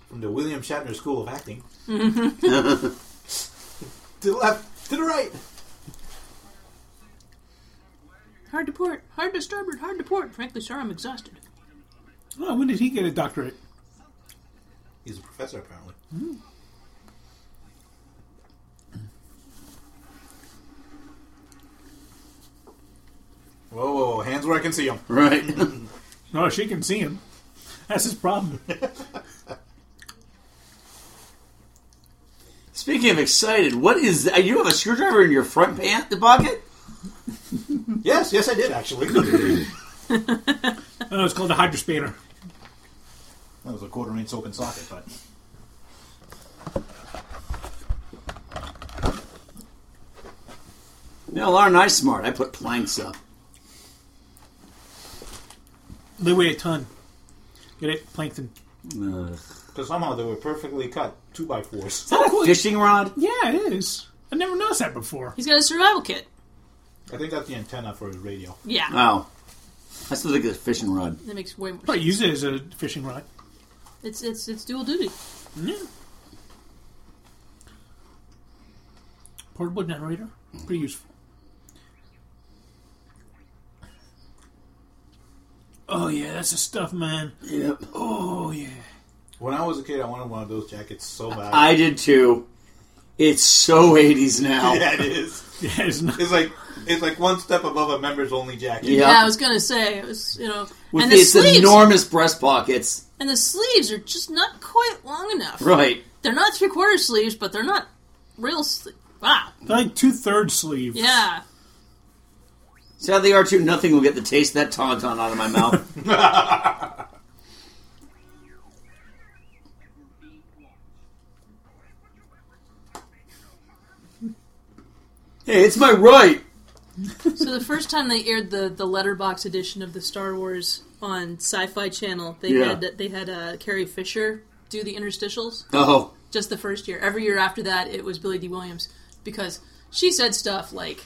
From the William Shatner School of Acting. to the left, to the right. Hard to port. Hard to starboard. Hard to port. Frankly, sir, I'm exhausted. Oh, when did he get a doctorate? He's a professor, apparently. Whoa, whoa, whoa, hands where I can see them. Right. No, Oh, she can see him. That's his problem. Speaking of excited, what is that? You have a screwdriver in your front pant pocket? Yes, yes, I did actually. that Oh, it's called a hydrospanner. was a quarter inch open socket, but No, aren't I smart? I put planks up. They weigh a ton. Get it? Plankton. Ugh. because somehow they were perfectly cut two by fours. Fishing rod? Oh, Yeah, it is. I never noticed that before. He's got a survival kit. I think that's the antenna for his radio. Yeah, Oh. I still think it's a fishing rod. that makes way more. Probably use it as a fishing rod. It's it's it's dual duty. Yeah. Portable generator. Pretty useful. Oh, yeah, that's the stuff, man. Yep. Oh, yeah. When I was a kid, I wanted one of those jackets so bad. I did too. It's so 80s now. yeah, it is. Yeah, it's not. It's like it's like one step above a members only jacket. Yeah. Yeah, I was gonna say it was you know, With and the these sleeves enormous breast pockets. and the sleeves are just not quite long enough. Right. They're not three quarter sleeves, but they're not real. Sle- wow. They're like two thirds sleeves. Yeah. Sadly, R2, nothing will get the taste of that tauntaun out of my mouth. Hey, it's my right. So the first time they aired the the letterbox edition of the Star Wars on Sci-Fi Channel, they Yeah. had they had uh, Carrie Fisher do the interstitials. Oh, Just the first year. Every year after that, it was Billy D. Williams because she said stuff like,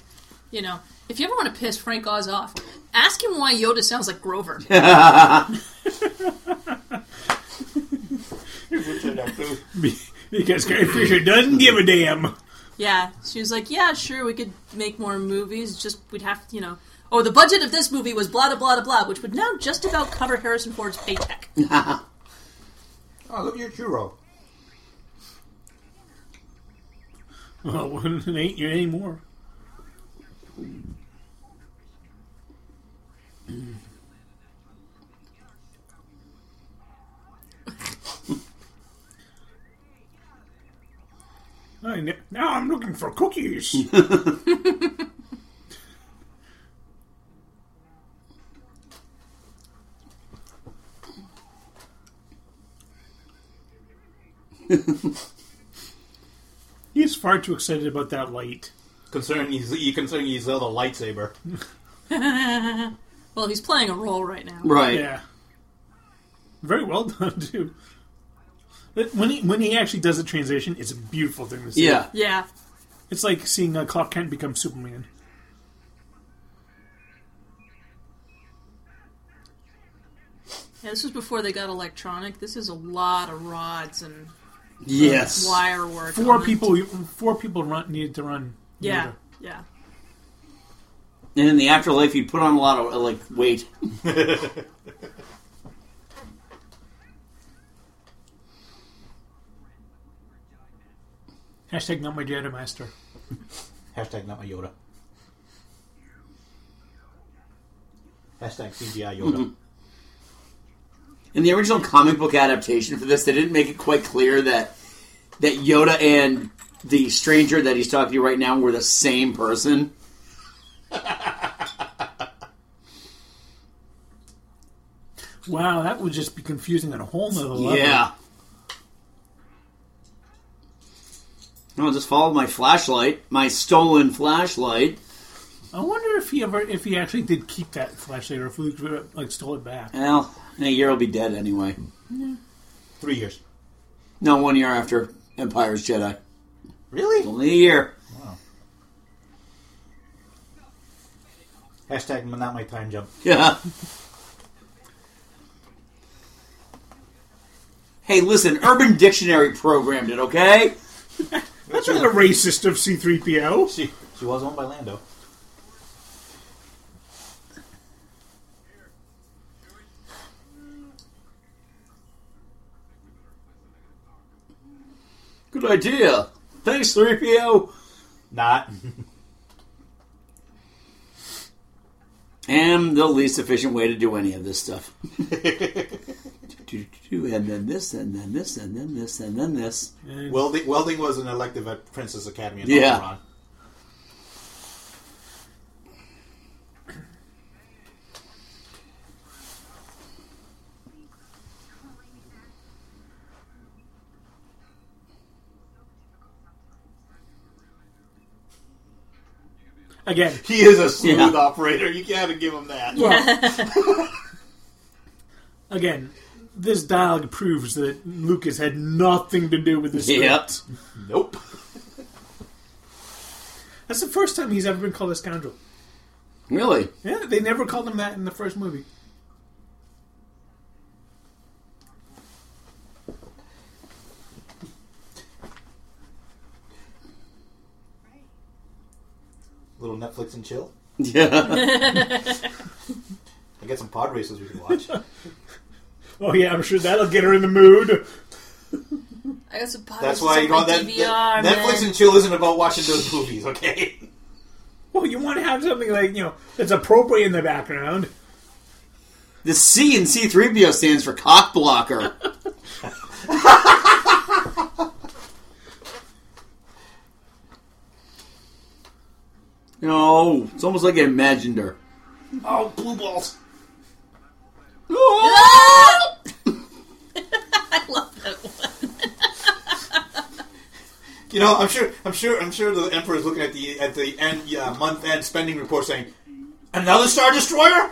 you know, if you ever want to piss Frank Oz off, ask him why Yoda sounds like Grover. because Carrie Fisher doesn't give a damn. yeah, she was like, yeah, sure, we could make more movies. Just we'd have to, you know. Oh, the budget of this movie was blah da blah da blah, which would now just about cover Harrison Ford's paycheck. Oh, look at your churro. Well, it ain't you anymore. I kn- now I'm looking for cookies. He's far too excited about that light. Concerning you, you concerning you Zelda lightsaber. Well, he's playing a role right now. right. Yeah. Very well done, too. But When he when he actually does the transition, it's a beautiful thing to see. Yeah. Yeah, It's like seeing uh, Clark Kent become Superman. Yeah, this was before they got electronic. This is a lot of rods and Yes. wire work. Four on it. people, four people run, needed to run. Yeah, Yoda. yeah. And in the afterlife, you put on a lot of uh, like weight. Hashtag not my Jedi master. Hashtag not my Yoda. Hashtag CGI Mm-hmm. Yoda. In the original comic book adaptation for this, they didn't make it quite clear that that Yoda and the stranger that he's talking to right now were the same person. Wow, that would just be confusing on a whole nother level. Yeah. No, just follow my flashlight, my stolen flashlight. I wonder if he ever, if he actually did keep that flashlight, or if Luke uh, like stole it back. Well, in a year I'll be dead anyway. Three years. No, one year after Empire's Jedi. Really? Only a year. Hashtag not my time jump. Yeah. hey, listen, Urban Dictionary programmed it, okay? That's not a racist of C-3PO. She she was owned by Lando. Good idea. Thanks, 3PO. Not. And the least efficient way to do any of this stuff. and then this, and then this, and then this, and then this. welding, welding was an elective at Princess Academy in Yeah. Alderaan. Again, He is a smooth Yeah. operator. You gotta give him that. again, this dialogue proves that Lucas had nothing to do with this. script. Yep. Nope. That's the first time he's ever been called a scoundrel. Really? Yeah, they never called him that in the first movie. Little Netflix and chill. Yeah. I got some pod races we can watch. Oh yeah, I'm sure that'll get her in the mood. I got some podcasts That's why you know on my that, DVR, that- Netflix man. and chill isn't about watching those movies, okay? Well, you want to have something like you know that's appropriate in the background. the C in C3PO stands for cock blocker. no, it's almost like I imagined her. Oh, blue balls. Ah! I love that one. You know, I'm sure, I'm sure, I'm sure the emperor's looking at the at the end yeah, month end spending report saying, "Another star destroyer."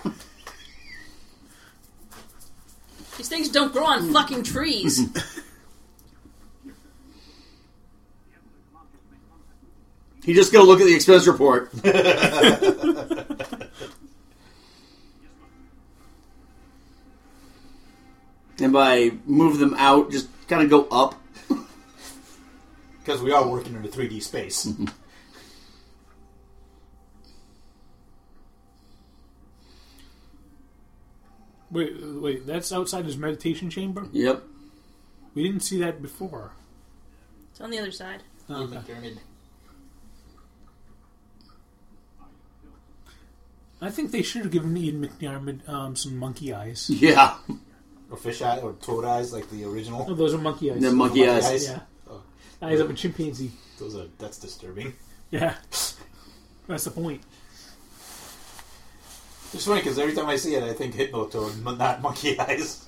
These things don't grow on fucking trees. You just go look at the expense report. and by move them out, just kind of go up. Because we are working in a 3D space. Wait, wait, that's outside his meditation chamber? Yep. We didn't see that before. it's on the other side. Pyramid. I think they should have given Ian McDiarmid um, some monkey eyes. Yeah. Or fish eye, or toad eyes, like the Oh, original. those are monkey eyes. The monkey eyes. Yeah. Oh. Eyes of a chimpanzee. Those are that's disturbing. Yeah. That's the point. It's funny because every time I see it, I think Hypnotoad, but not Monkey Eyes.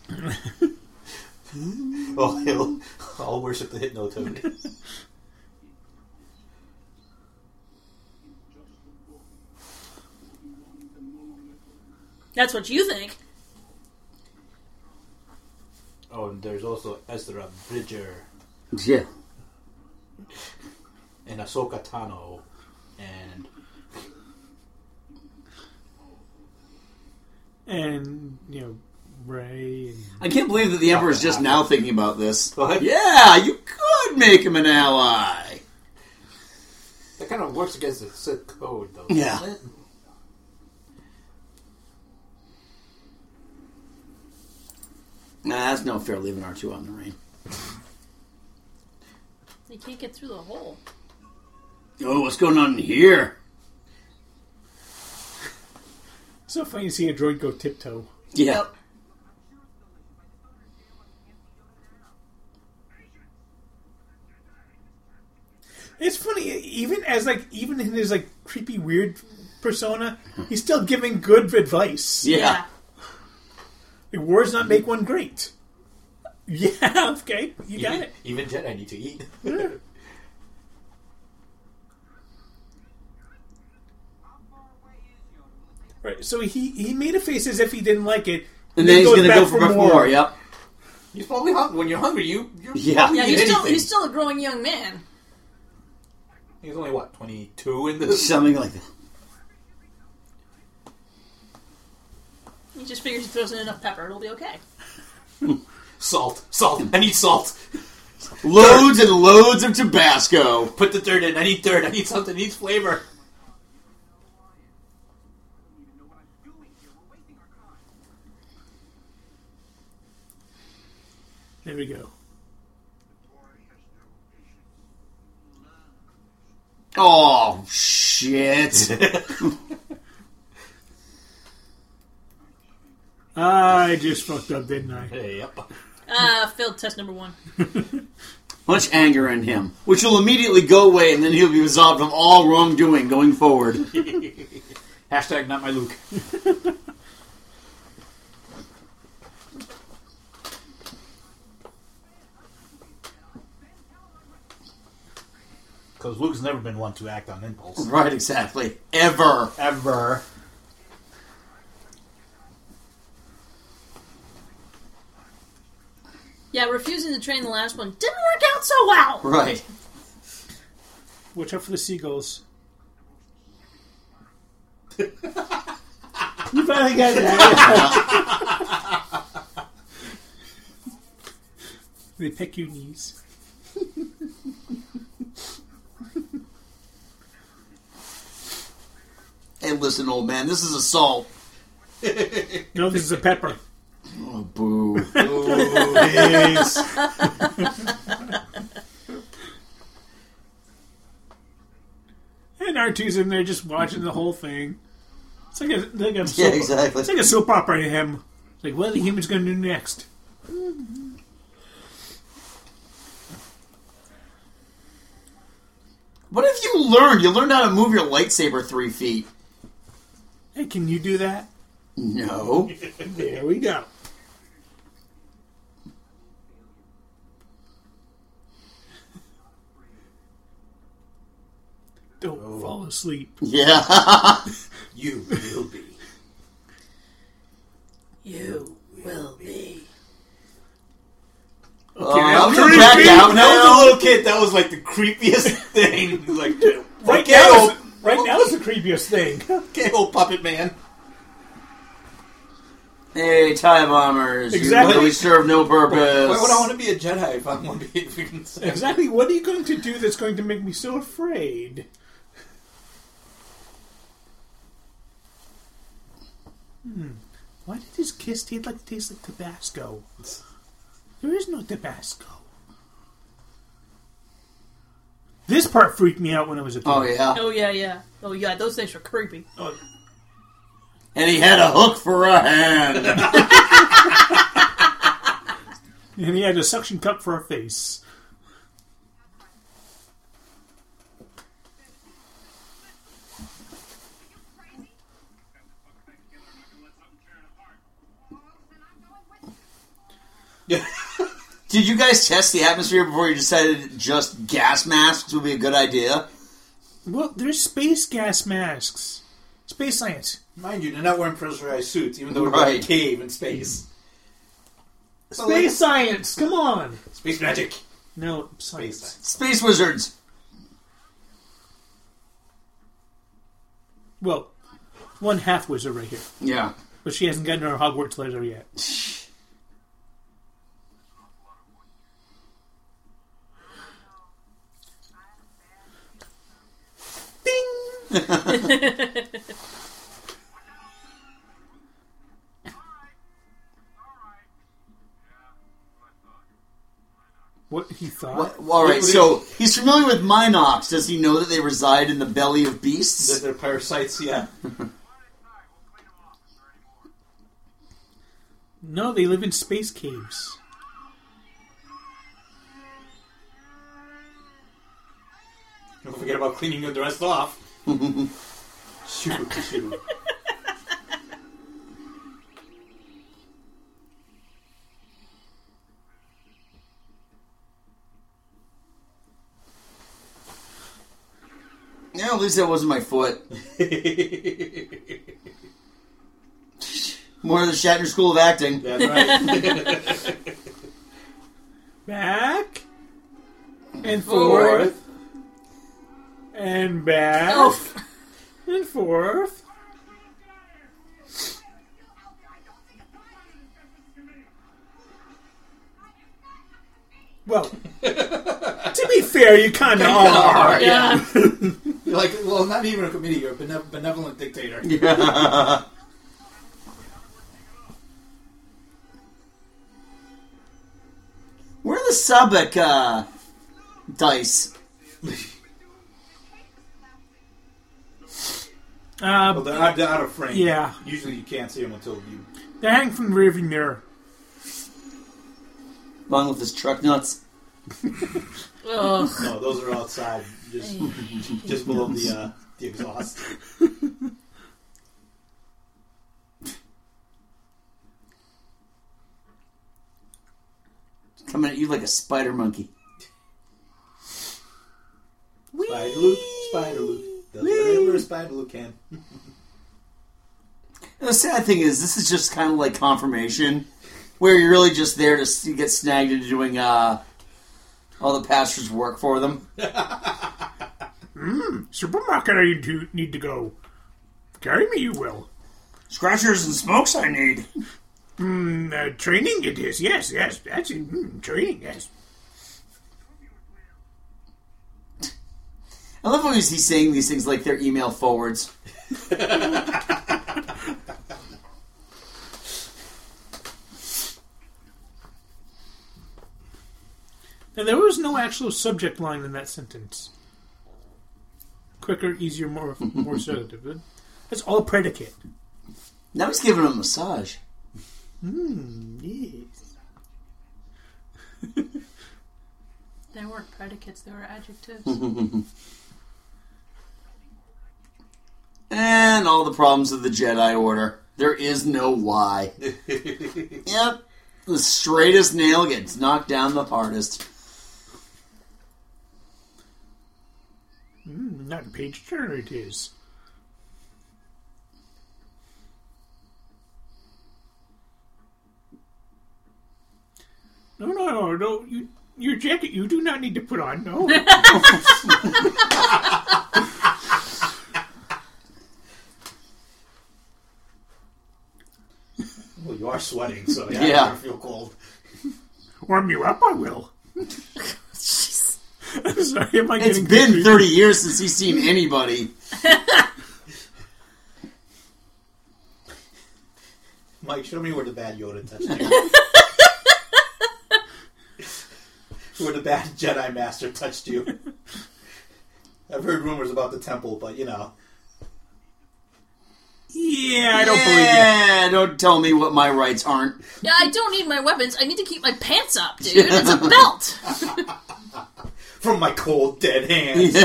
well, he'll, I'll worship the Hypnotoad. That's what you think. oh, and there's also Ezra Bridger Yeah. and Ahsoka Tano, and And, you know, Ray. I can't believe that the Emperor's just now thinking about this. What? Yeah, you could make him an ally. that kind of works against the Sith code, though. Yeah. doesn't it? Nah, that's no fair leaving R2 out in the rain. They can't get through the hole. Oh, what's going on in here? So funny to see a droid go tiptoe. Yeah. It's funny, even as like even in his like creepy weird persona, he's still giving good advice. Yeah. Like, words not make one great. Yeah, okay, you got Even, it. even Jedi need to eat. Right. So he he made a face as if he didn't like it, And then he's goes going to back go for more. Yep. He's probably hungry. When you're hungry, you you're Yeah. probably Yeah, eat he's still, anything. he's still a growing young man. He's only what 22 in this. Something like that. He just figures he throws in enough pepper, it'll be okay. Salt, salt. I need salt. Loads and loads of Tabasco. Put the dirt in. I need dirt. I need something. Needs flavor. There we go. Oh, shit. I just fucked up, didn't I? Yep. Uh, failed test number one. Much anger in him, which will immediately go away, and then he'll be absolved of all wrongdoing going forward. Hashtag not my Luke. Because Luke's never been one to act on impulse. right, exactly. Ever. Ever. Yeah, refusing to train the last one didn't work out so well. Right. Watch out for the seagulls. you finally got it. they pick your knees. Hey, listen, old man, this is assault. No, this is a pepper. Oh, boo. And R2's in there just watching the whole thing. It's like a, like a yeah, soap, exactly. it's like a soap opera to him. It's like, what are the humans going to do next? What have you learned? You learned how to move your lightsaber three feet. Hey, can you do that? No. There we go. Don't fall asleep. Yeah. You will be. You will be. I'm Creepy. back out That now. was a little kid. That was like the creepiest thing. Like, Right okay, now, old, is, right now is the creepiest thing. okay, old puppet man. Hey, tie bombers! Exactly. You really serve no purpose. Why would I want to be a Jedi if I'm going to be a freaking Sith? Exactly. What are you going to do that's going to make me so afraid? Hmm. Why did his kiss taste like taste like Tabasco? There is no Tabasco. This part freaked me out when I was a kid. Oh, Oh yeah. Oh yeah, yeah. Oh yeah, those things are creepy. And he had a hook for a hand. And he had a suction cup for her face. Did you guys test the atmosphere before you decided just gas masks would be a good idea? Well, there's space gas masks. Space science. Mind you, they're not wearing pressurized suits, even though we're in Right. a cave in space. Oh, Space science! Come on! Space magic. No, science. Space wizards. Well, one half wizard right here. Yeah. But she hasn't gotten her Hogwarts letter yet. Ding! what he thought? What, all right. What- So he's familiar with Minox. Does he know that they reside in the belly of That beasts? they're parasites, yeah. No, they live in space caves. Don't forget about cleaning the rest off. Shoot, shoot. Yeah. At least that wasn't my foot. More of the Shatner School of Acting. That's right. Back and forth. Fourth. And back Oh, and forth. Well, to be fair, you kind of are. All right. yeah. You're like, well, not even a committee, you're a bene- benevolent dictator. Where are the Subic uh, dice? Well, Uh, they're out, they're out of frame. Yeah. Usually you can't see them until you. they're hanging from the rearview mirror. Along with his truck nuts. Ugh. No, those are outside, just just below the uh, the exhaust. Coming at you like a spider monkey. Spider Luke, Spider Luke, does whatever a Spider Luke can. And the sad thing is, this is just kind of like confirmation, where you're really just there to see, get snagged into doing uh, all the pastor's work for them. Supermarket, I need to, need to go. Carry me, you will. Scratchers and smokes I need. Uh, training it is, yes, yes. That's it. Mm, training, yes. I love when he's he's saying these things like they're email forwards. And there was no actual subject line in that sentence. Quicker, easier, more more sedative. That's all predicate. Now he's giving him a massage. Yes. They weren't predicates; they were adjectives. And all the problems of the Jedi Order. There is no why. yep. The straightest nail gets knocked down the hardest. Not in page turner it is. No, no, no, no. You, your jacket you do not need to put on. No. Well, you are sweating, so yeah, Yeah. I feel cold. Warm you up, I will. I'm sorry, am I It's getting been confused? 30 years since he's seen anybody. Mike, show me where the bad Yoda touched you. where the bad Jedi Master touched you. I've heard rumors about the temple, but you know. Yeah, I don't believe yeah, don't tell me what my rights aren't. Yeah, I don't need my weapons. I need to keep my pants up, dude. It's a belt. From my cold, dead hands. you.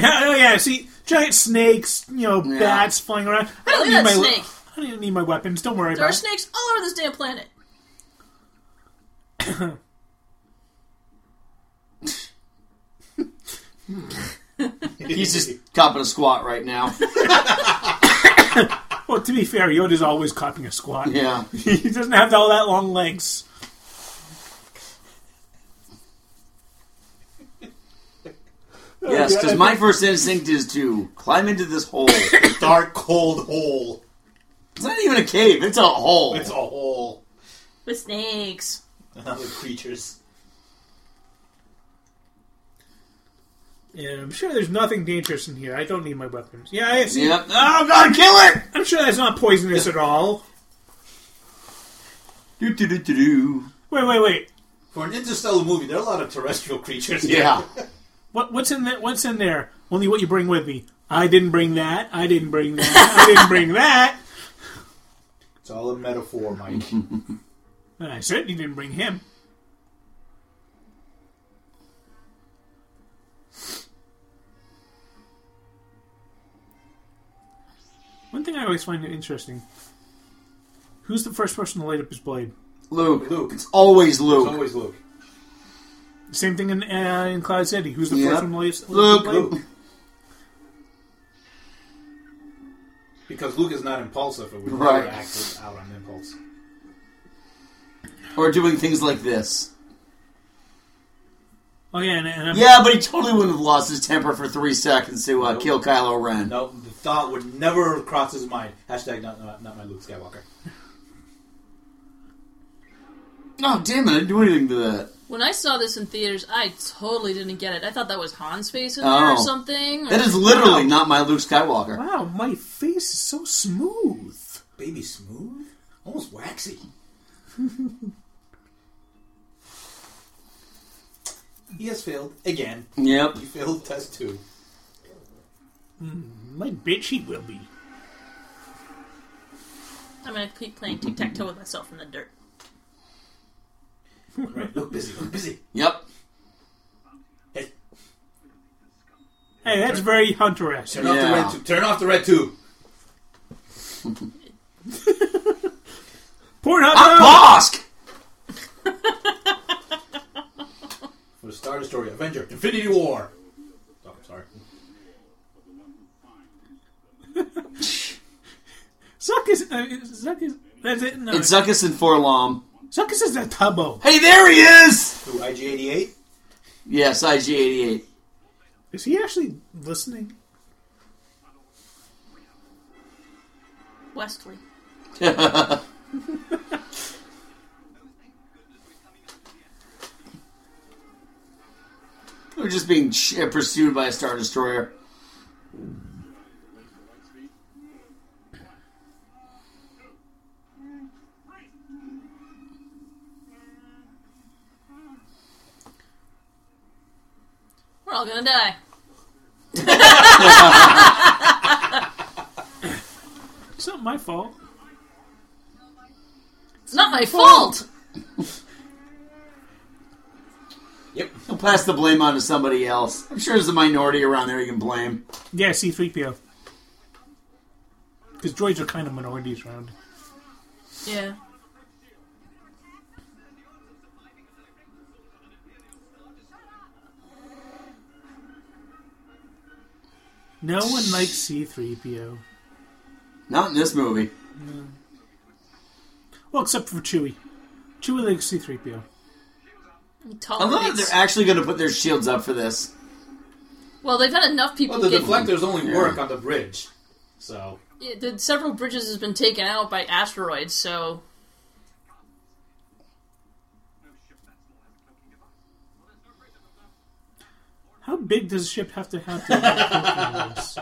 Yeah, oh yeah, see, giant snakes, you know, Yeah. bats flying around. I don't Look need at my that we- snake. I don't even need my weapons. Don't worry There are about it. snakes all over this damn planet. He's just copping a squat right now. Well, to be fair, Yoda's always copping a squat. Yeah. he doesn't have all that long legs. Yes, because my first instinct is to climb into this hole. It's Dark, cold hole. not even a cave, it's a hole. It's a hole. With snakes. And other creatures. Yeah, I'm sure there's nothing dangerous in here. I don't need my weapons. Yeah, I see. Yep. Oh, God, kill it! I'm sure that's not poisonous at all. Do, do, do, do, do. Wait, wait, wait. For an interstellar movie, there are a lot of terrestrial creatures. here. Yeah. What, what's in that? What's in there? Only what you bring with me. I didn't bring that. I didn't bring that. I didn't bring that. It's all a metaphor, Mike. And I certainly didn't bring him. One thing I always find interesting: who's the first person to light up his blade? Luke. Luke. It's always It's Luke. always Luke. Same thing in uh, in Cloud City. Who's the Yep. first one to light up his Luke. blade? Luke. Because Luke is not impulsive, it would Right. never act out on impulse. Or doing things like this. Oh yeah, and, and I'm, Yeah, but he totally wouldn't have lost his temper for three seconds to uh, kill Kylo Ren. No, the thought would never cross his mind. Hashtag not, not, not my Luke Skywalker. No, Oh, damn it, I didn't do anything to that. When I saw this in theaters, I totally didn't get it. I thought that was Han's face in Oh. there or something. That is literally not my Luke Skywalker. wow, my face is so smooth. Baby smooth? Almost waxy. he has failed again. Yep. He failed test two. My bitch, he will be. I'm gonna keep playing tic tac toe with myself in the dirt. Right, Luke busy, Luke busy. Yep. Hey, Hey, that's very Hunter-esque. turn off the Yeah. red tube. Turn off the red tube. Pornhub. uh, Ah! Bosk! For the Star Destroyer, Avenger, Infinity War. Oh, I'm sorry. Zuck is. Uh, Zuck is. That's it. No, It's Zuckus and Forlom. Zuck is a tubbo. Hey, there he is! Who, IG-88? Yes, IG 88. Is he actually listening? Wesley. We're just being sh- uh, pursued by a Star Destroyer. We're all gonna die. It's not my fault. It's not my fault. Yep. He'll pass the blame on to somebody else. I'm sure there's a minority around there you can blame. Yeah, C3PO. Because droids are kind of minorities around. Yeah. No one likes C3PO. Not in this movie. Well, except for Chewie. Chewie likes C3PO. I love that Tolerates. they're actually going to put their shields up for this. well, they've had enough people Oh, Well, the get. deflectors only work on the bridge, so Yeah, the, several bridges has been taken out by asteroids, so How big does a ship have to have to have cloaking rings?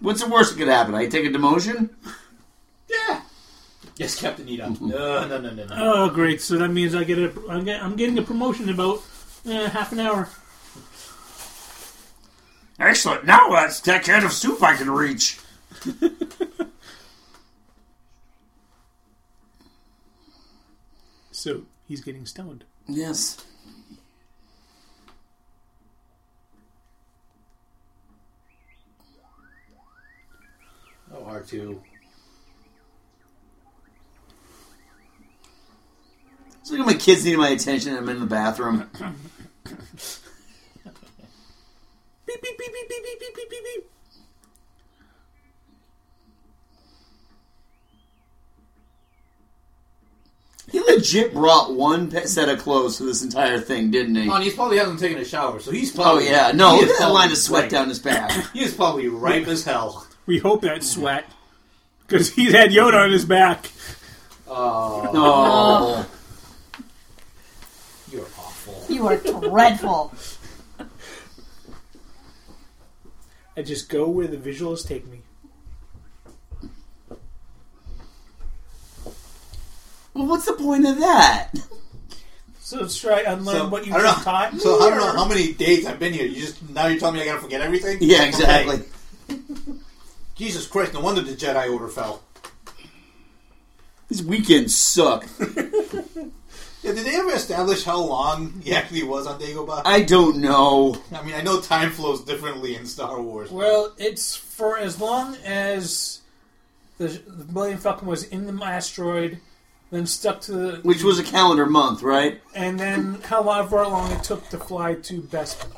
What's the worst that could happen? I take a demotion? yeah. Yes, Captain Eat Up. No, no, no, no, no. Oh, great! So that means I get a I'm get- I'm getting a promotion in about uh, half an hour. Excellent. Now that's that can of soup I can reach. So he's getting stoned. Yes. Oh, R two. It's like my kids need my attention and I'm in the bathroom. Beep beep beep beep beep beep beep beep beep. beep. He legit brought one pe- set of clothes for this entire thing, didn't he? Oh, and he's probably hasn't taken a shower, so he's Oh probably yeah. No, he look is at that probably line of sweat ripe. down his back. He is probably ripe as hell. We hope that sweat, because he's had Yoda on his back. Oh. You're awful. You are dreadful. I just go where the visuals take me. Well, what's the point of that? So let's try unlearn So, what you I don't just know- taught. So I don't know how many days I've been here. You just now you're telling me I gotta forget everything. Yeah, Okay. exactly. Jesus Christ! No wonder the Jedi Order fell. These weekends suck. Yeah, did they ever establish how long he actually was on Dagobah? I don't know. I mean, I know time flows differently in Star Wars. Well, it's for as long as the, the Millennium Falcon was in the asteroid, then stuck to the Which was a calendar month, right? and then however long it took to fly to Bespin.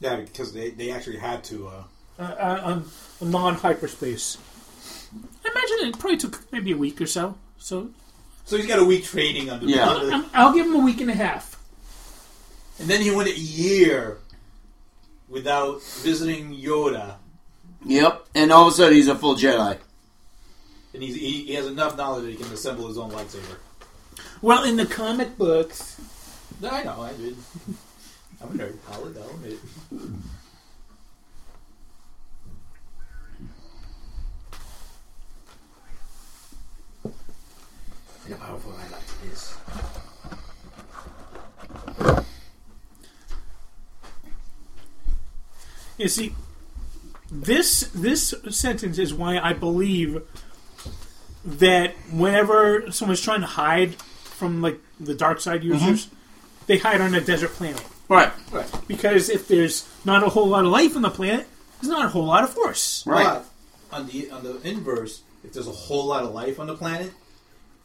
Yeah, because they, they actually had to. Uh, Uh, uh, on, on non hyperspace. I imagine it probably took maybe a week or so. So so he's got a week training under. Yeah. under- I'm, I'll give him a week and a half. and then he went a year without visiting Yoda, Yep. And all of a sudden, he's a full Jedi. and he's, he, he has enough knowledge that he can assemble his own lightsaber. Well, in the comic books, No, I know. I did. I'm a nerd. I'll, I'll admit it. Look how powerful my light is. you see, this this sentence is why I believe that whenever someone's trying to hide from like the dark side users, they hide on a desert planet. Right. Because if there's not a whole lot of life on the planet, there's not a whole lot of force. Right. But on the on the inverse, if there's a whole lot of life on the planet,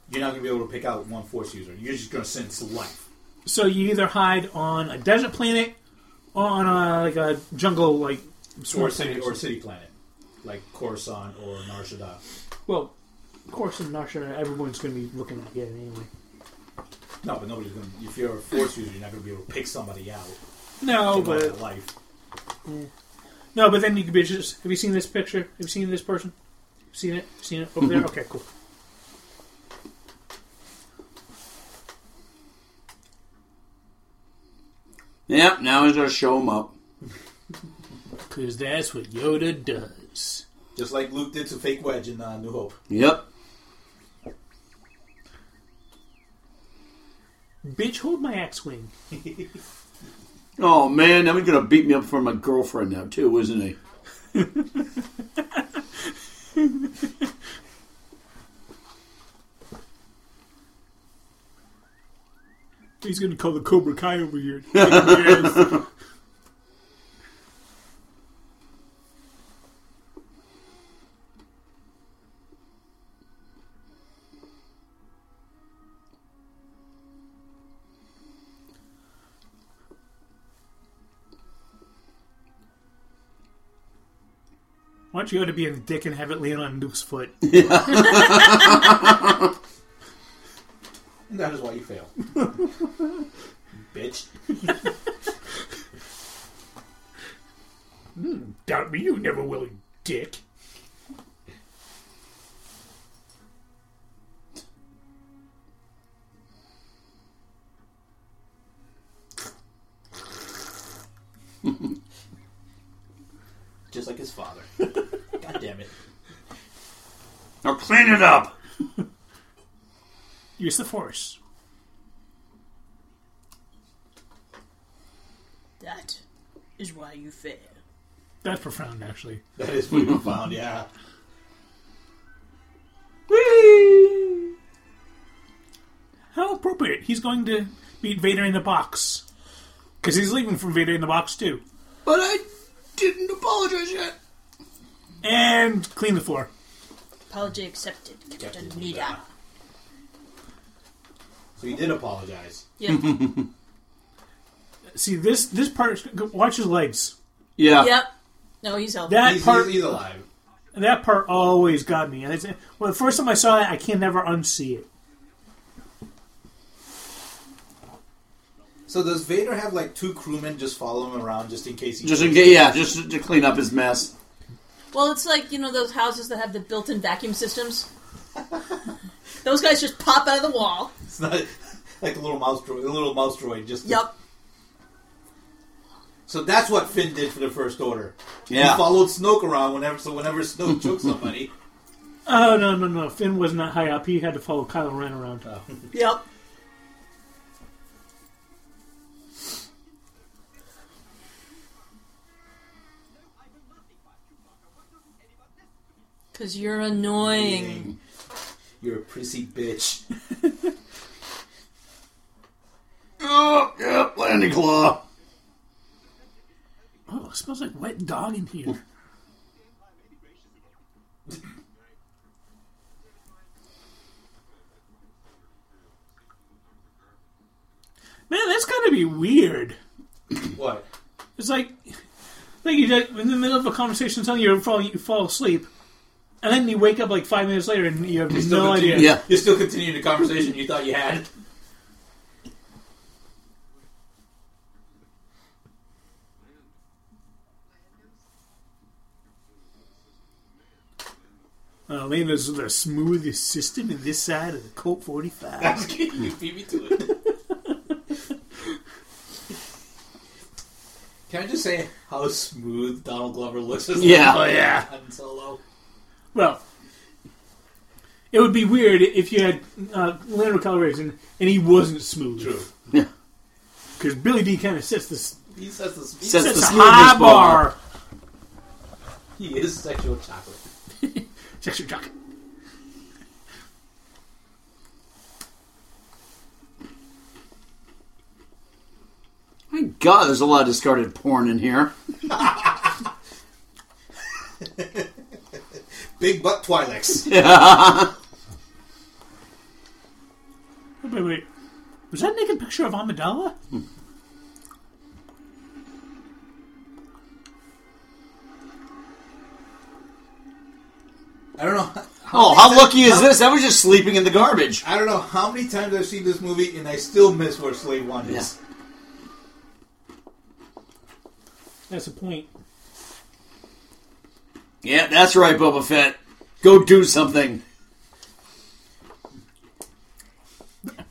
you're not going to be able to pick out one force user. You're just going to sense life. So you either hide on a desert planet or on a, like a jungle like Or a city or a city planet, like Coruscant or Nar Shaddaa. well, of course in Narshana everyone's going to be looking to get it anyway. No, but nobody's going. to... If you're a force user, you're not going to be able to pick somebody out. No, from all but that life. no, but then you could be just. Have you seen this picture? Have you seen this person? Seen it? Seen it over there? Okay, cool. Yep. Now he's gonna show him up. Because that's what Yoda does. Just like Luke did to Fake Wedge in uh, New Hope. Yep. Bitch, hold my axe wing. Oh man, now he's gonna beat me up for my girlfriend now too, isn't he? He's going to call the Cobra Kai over here. Yes. Why don't you go to being a dick and have it land on Luke's foot? And that is why you fail. Bitch. Hmm, Doubt me, you never will, you dick. Just like his father. God damn it. Now clean it up. Use the force. That is why you fail. That's profound, actually. That is what you found, yeah. How appropriate. He's going to beat Vader in the box. Because he's leaving from Vader in the box, too. But I didn't apologize yet. And clean the floor. Apology accepted, Captain Nida. So he did apologize. Yep. See, this this part, watch his legs. Yeah. yep. No, he's healthy. That He's, part he's, he's alive. that part always got me. And it's, well, the first time I saw it, I can never unsee it. So does Vader have like two crewmen just follow him around just in case he Just in case, yeah, just to clean up his mess. Well, it's like, you know, those houses that have the built in vacuum systems. those guys just pop out of the wall. It's not like the little mouse droid. The little mouse droid just. Yep. So that's what Finn did for the First Order. Yeah. He followed Snoke around whenever. So whenever Snoke choked somebody, Oh, no, no, no. Finn was not high up. He had to follow Kylo Ren around. Yep. Because you're annoying. you're a prissy bitch. Oh, yep, landing claw. Oh, it smells like wet dog in here. Man, that's gotta be weird. What? It's like, like you just, in the middle of a conversation, suddenly you fall, you fall asleep, and then you wake up like five minutes later and you have Still no continue- idea. Yeah. You're still continuing the conversation you thought you had. Uh, Lena's the smoothest system in this side of the Colt 45. you beat me to it. Can I just say how smooth Donald Glover looks as Yeah. Han Oh, yeah. Han Solo? Well, it would be weird if you had uh, Leonard Coloration and he wasn't smooth. True. Yeah. Because Billy D kind of sets this He says the he Says says the sets a smoothness high bar. bar. he is sexual chocolate. Sexy jock. My God, there's a lot of discarded porn in here. Big butt Twi'leks. Wait, wait, wait. Was that a naked picture of Amidala? I don't know. Oh, how lucky is this? That was just sleeping in the garbage. I don't know how many times I've seen this movie and I still miss where Slave One Yeah. is. That's the point. Yeah, that's right, Boba Fett. Go do something.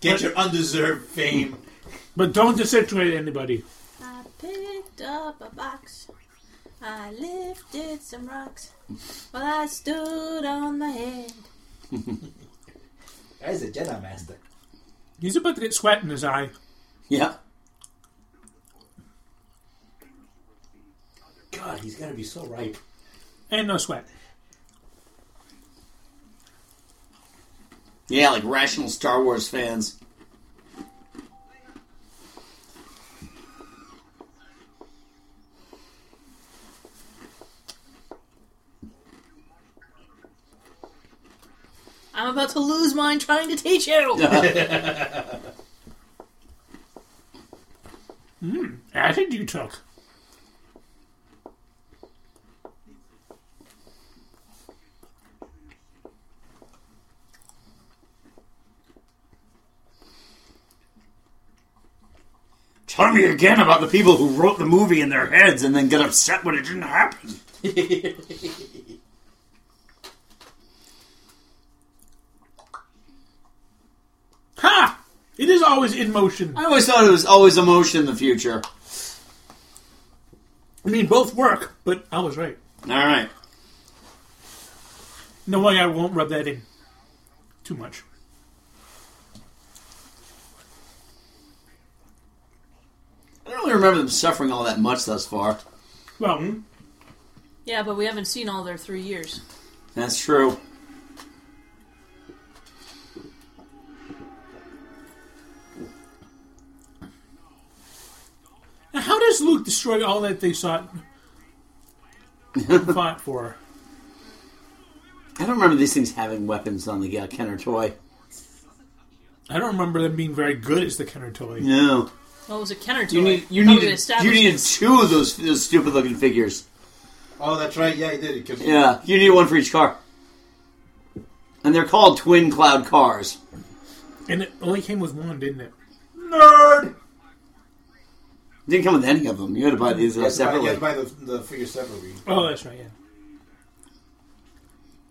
Get your undeserved fame. But don't disintegrate anybody. I picked up a box. I lifted some rocks. While I stood on my head. That is a Jedi Master. He's about to get sweat in his eye. Yeah. God, he's gotta be so ripe. And no sweat. Yeah, like rational Star Wars fans. I'm about to lose mine trying to teach you! Acid you took. tell me again about the people who wrote the movie in their heads and then get upset when it didn't happen. Ha! It is always in motion. I always thought it was always a motion in the future. I mean, both work, but I was right. All right. No way I won't rub that in too much. I don't really remember them suffering all that much thus far. Well, Yeah, but we haven't seen all their three years. That's true. now how does Luke destroy all that they sought and fought for? I don't remember these things having weapons on the uh, Kenner toy. I don't remember them being very good as the Kenner toy. No. Well, it was a Kenner toy. You need you Probably needed you established needed two of those, those stupid looking figures. Oh, that's right. Yeah, he did. He kept- Yeah, you need one for each car. And they're called twin cloud cars. And it only came with one, didn't it? Nerd. Didn't come with any of them. You had to buy these uh, You had to buy- you separately. had to buy the, the figure separately. Oh, that's right, yeah.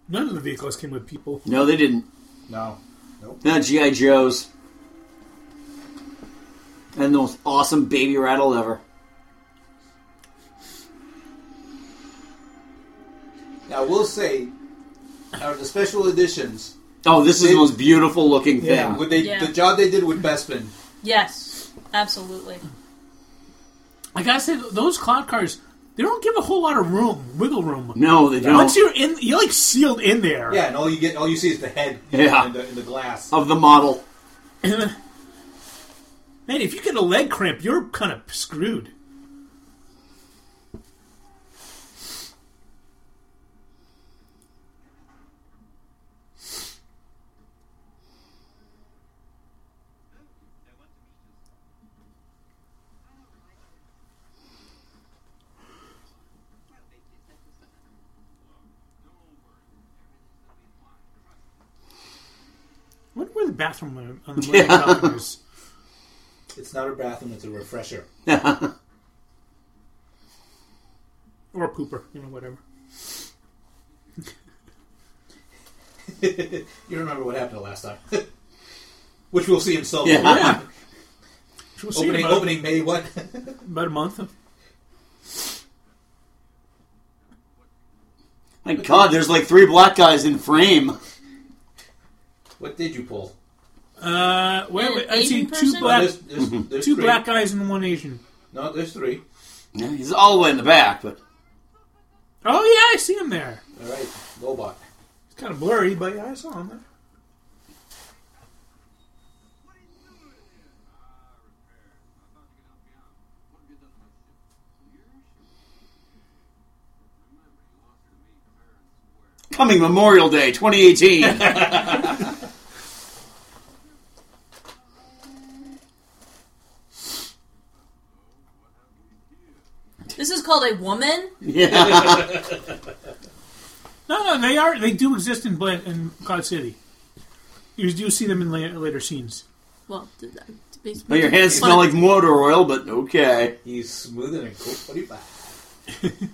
None of the vehicles came with people. no, they didn't. No. Nope. Not GI Joes. And the most awesome baby rattle ever. Now, I will say, out of the special editions, Oh, this is the most beautiful looking thing. yeah, what they, Yeah. the job they did with Bespin, Yes, absolutely. Like I said, those cloud cars, they don't give a whole lot of room, wiggle room. No, they don't. Once you're in, you're like sealed in there. yeah, and all you get, all you see is the head Yeah. in, the, in the glass. of the model. Man, if you get a leg cramp, you're kind of screwed. wonder where the bathroom on- on the way out is. It's not a bathroom; it's a refresher. Or a pooper, you know, whatever. You remember what happened the last time, which we'll see in Solo. Yeah. Which We'll see in Opening, opening about, May what? about a month. My god, there's like three black guys in frame. what did you pull? Uh, wait, An wait, I Asian see person? two Oh, black, there's, there's, there's two three. black guys and one Asian. No, there's three. Yeah, he's all the way in the back, but Oh yeah, I see him there. All right, Lobot. It's kind of blurry, but yeah, I saw him there. coming Memorial Day 2018. This is called a woman. yeah. No, no, they are. They do exist in Bla- in Cloud City. You do see them in later, later scenes. Well, th- th- it's- But your hands it's smell fun. like motor oil, but okay. He's smoother than Colt 45.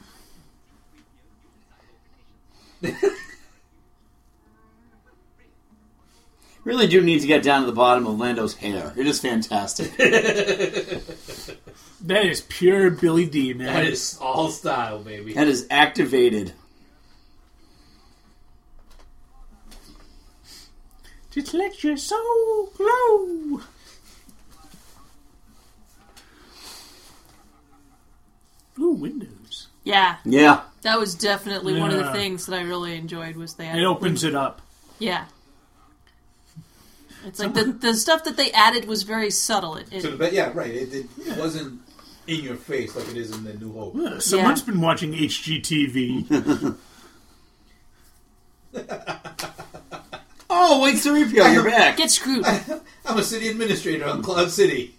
Really do need to get down to the bottom of Lando's hair. It is fantastic. That is pure Billy D, man. That is all style, baby. that is activated. Just let your soul glow. Ooh, windows. Yeah, Yeah. that was definitely one of the Yeah. things that I really enjoyed was they. had- It opens it up. Yeah. It's like the, the stuff that they added was very subtle. It, So the it, ba- yeah, right. It, it wasn't in your face like it is in the New Hope. Someone's been watching HGTV. Oh, wait, 3PO, you're back. get screwed. I'm a city administrator on Cloud City.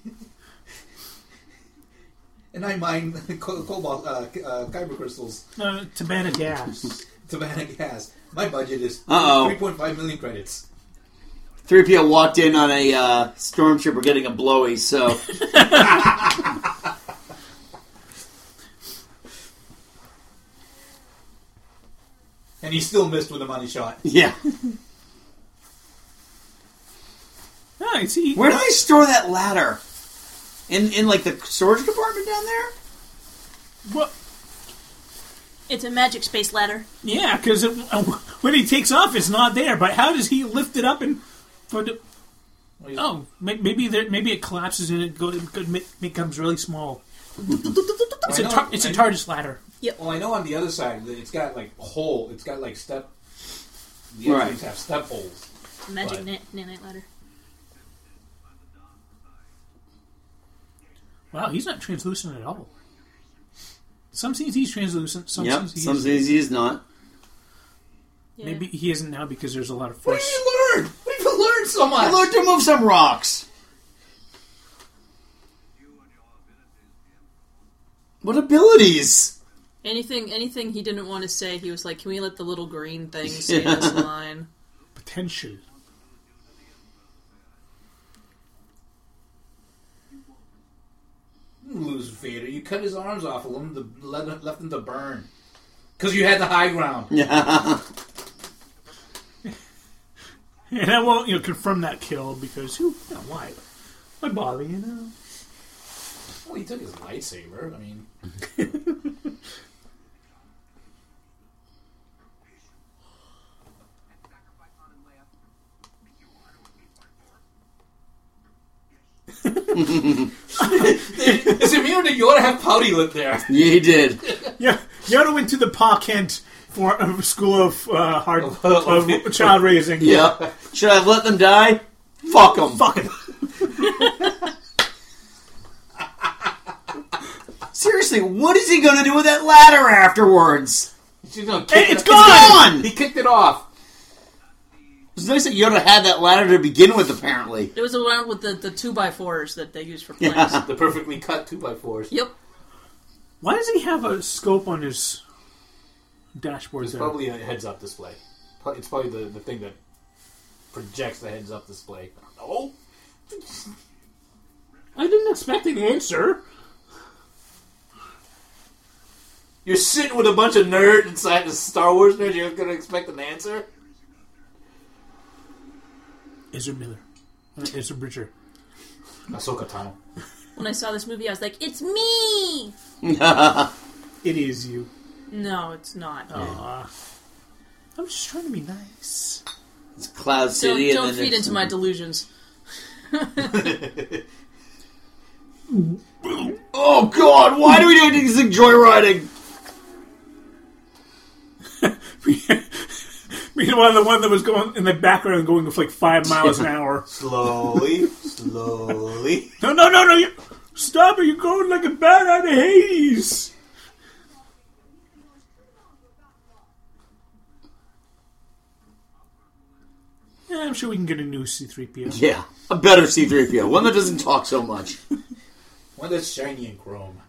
and I mine co- cobalt, uh, c- uh, kyber crystals, uh, Tabana gas. Tabana gas. My budget is Uh-oh. 3.5 million credits. 3PO walked in on a uh, stormtrooper getting a blowy, so And he still missed with a money shot. yeah. Nice. He, Where do they store that ladder? In in like the storage compartment down there? Well, It's a magic space ladder. yeah, because when he takes off, it's not there. But how does he lift it up and for the, oh may- maybe there, maybe it collapses and it go, go- ma- becomes really small. It's a tar- it's a TARDIS ladder. Well, I know on the other side that it's got like hole. It's got like step. The Right. engines have step holes. A magic Right. na- nanite ladder. Wow, he's not translucent at all. Some scenes he's translucent. Some Yep. scenes he's Some days he's not. Yeah. maybe he isn't now because there's a lot of What force. did you learn? What have you learned so I much? learned to move some rocks. What abilities? Anything, anything he didn't want to say, he was like, "Can we let the little green thing say this line?" Potential. You lose Vader. You cut his arms off of him. To let, left him to burn. Because you had the high ground. Yeah. And I won't, you know, confirm that kill because who? You know, why? Why bother? You know. Well, he took his lightsaber. I mean, it's immune to Yoda have pouty lip there. Yeah, he did. Yeah, Yoda went to the Pa Kent for uh, school of uh, hard of- of child raising. Yep. Should I have let them die? Fuck them. fuck it. Seriously, what is he going to do with that ladder afterwards? She's gonna Hey, kick it's it- gone! He kicked it off. It's nice that Yoda had that ladder to begin with, apparently. It was around with the the two by fours that they use for planks. The perfectly cut two by fours. Yep. Why does he have a scope on his dashboard? It's There? probably a heads up display. Pro- It's probably the, the thing that projects the heads up display. Oh, I didn't expect an answer. you're sitting with a bunch of nerds inside the Star Wars nerds. You're gonna expect an answer? Ezra Miller, Uh, Ezra Bridger. Ahsoka Tano. When I saw this movie, I was like, "It's me!" It is you. No, it's not. Oh. Aw. I'm just trying to be nice. It's Cloud Don't, City. don't and then feed it's- into my delusions. Oh, God, why do we do things like joyriding? Meanwhile, the one that was going in the background going with like five miles an hour. Slowly, slowly. No, no, no, no! You, stop it! You're going like a bat out of Hades. Yeah, I'm sure we can get a new C3PO. Yeah, a better C3PO, one that doesn't talk so much. One that's shiny and chrome.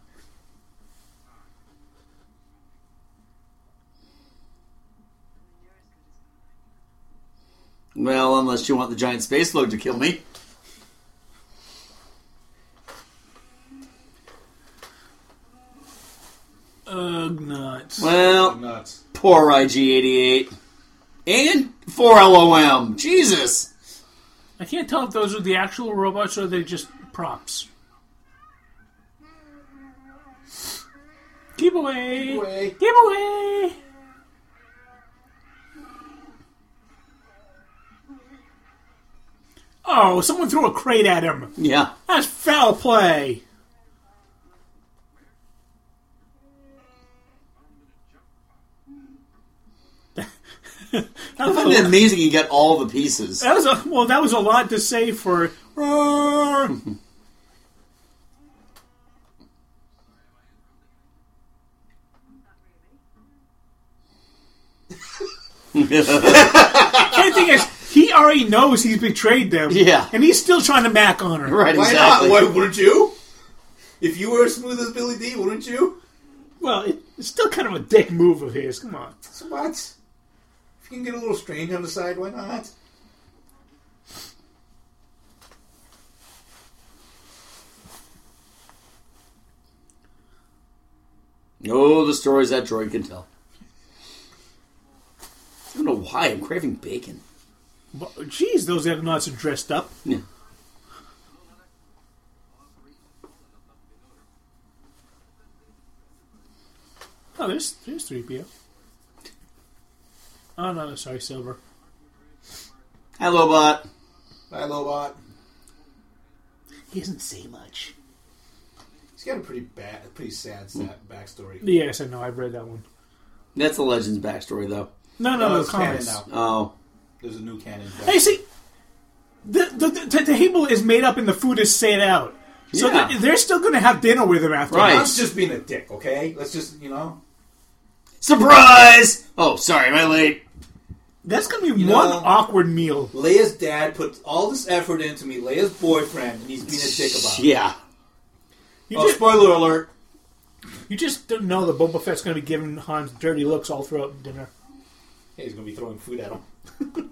Well, unless you want the giant space log to kill me. Ugh, nuts. Well, Nuts. poor IG88. And 4LOM. Jesus. I can't tell if those are the actual robots or they're just props. Keep away! Keep away. Keep away! Oh, someone threw a crate at him. Yeah. That's foul play. that, was Isn't it a, amazing he got all the pieces? that was a well. That was a lot to say for. uh, Roar. The thing is, he already knows he's betrayed them. Yeah. and he's still trying to mac on her. Right, Why exactly. not? Why wouldn't you? If you were as smooth as Billy D, wouldn't you? Well, it, it's still kind of a dick move of his. Come on. So what? If you can get a little strange on the side, why not? Oh, the stories that droid can tell. I don't know why I'm craving bacon. But, Jeez, those Eggnots are dressed up. Yeah. Oh, there's there's three PO. Oh no, no, sorry, Silver. Hi, Lobot. Hi, Lobot. He doesn't say much. He's got a pretty bad, a pretty sad, sad backstory. Yes, I know. I've read that one. That's the Legends backstory, though. No, no, no, it's canon comments. now. Oh. There's a new canon. Hey, see, the the, the the table is made up and the food is set out, so Yeah. th- they're still going to have dinner with him after. Right. Let's just being a dick, okay? Let's just, you know. Surprise! Oh, sorry, am I late? That's going to be You one know- awkward meal. Leia's dad put all this effort into me, Leia's boyfriend, and he's being a dick about it. Yeah. You Oh, just spoiler alert. you just don't know that Boba Fett's going to be giving Hans dirty looks all throughout dinner. Hey, he's gonna be throwing food at him. what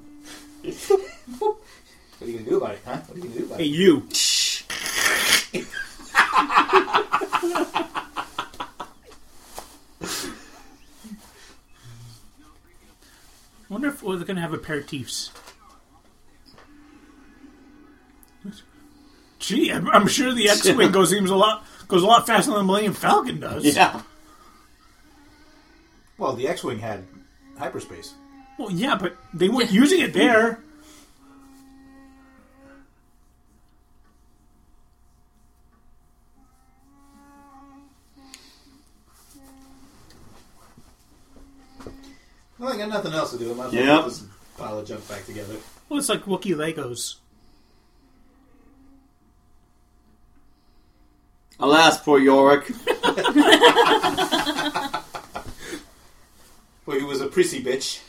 are you gonna do about it, huh? What are you gonna do about it? Hey, you. Wonder if we're going to have aperitifs. Gee, I'm, I'm sure the X-wing goes seems a lot goes a lot faster than the Millennium Falcon does. Yeah. Well, the X-wing had hyperspace. Well, yeah, but they weren't using it there. Well, I got nothing else to do. I might as well Yeah. put this pile of junk back together. Well, it's like Wookiee Legos. Alas, poor Yorick. Well, he was a prissy bitch.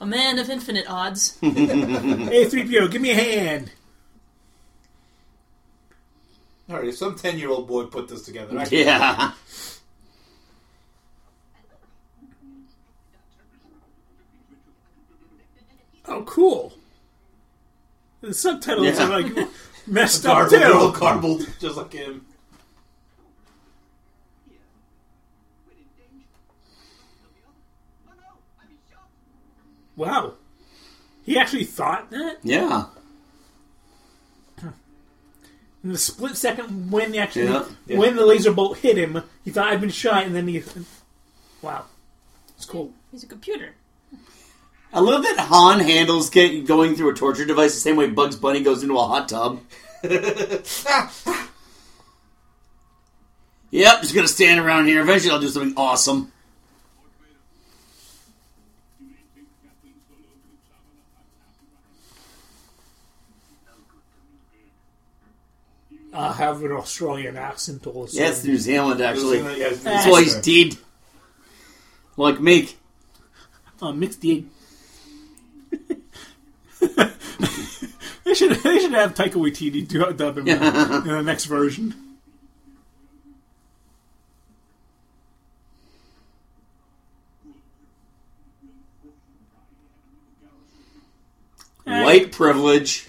A man of infinite odds. Hey, three PO, give me a hand. All right, some ten-year-old boy put this together. I can- Yeah. Oh, cool. The subtitles Yeah. are like messed up Garbled, they're all too. garbled, just like him. Wow, he actually thought that Yeah. in the split second when he actually Yeah. Yeah. when the laser bolt hit him, he thought I'd been shot, and then he, wow, it's cool. He's a computer. I love that Han handles get, going through a torture device the same way Bugs Bunny goes into a hot tub. yep, just gonna stand around here. Eventually, I'll do something awesome. I have an Australian accent also. Yeah, it's New Zealand, actually. uh, Yeah, it's- That's what he's did. Like Meek. Uh, mixed the. they should they should have Taika Waititi do dub him in the next version. White privilege.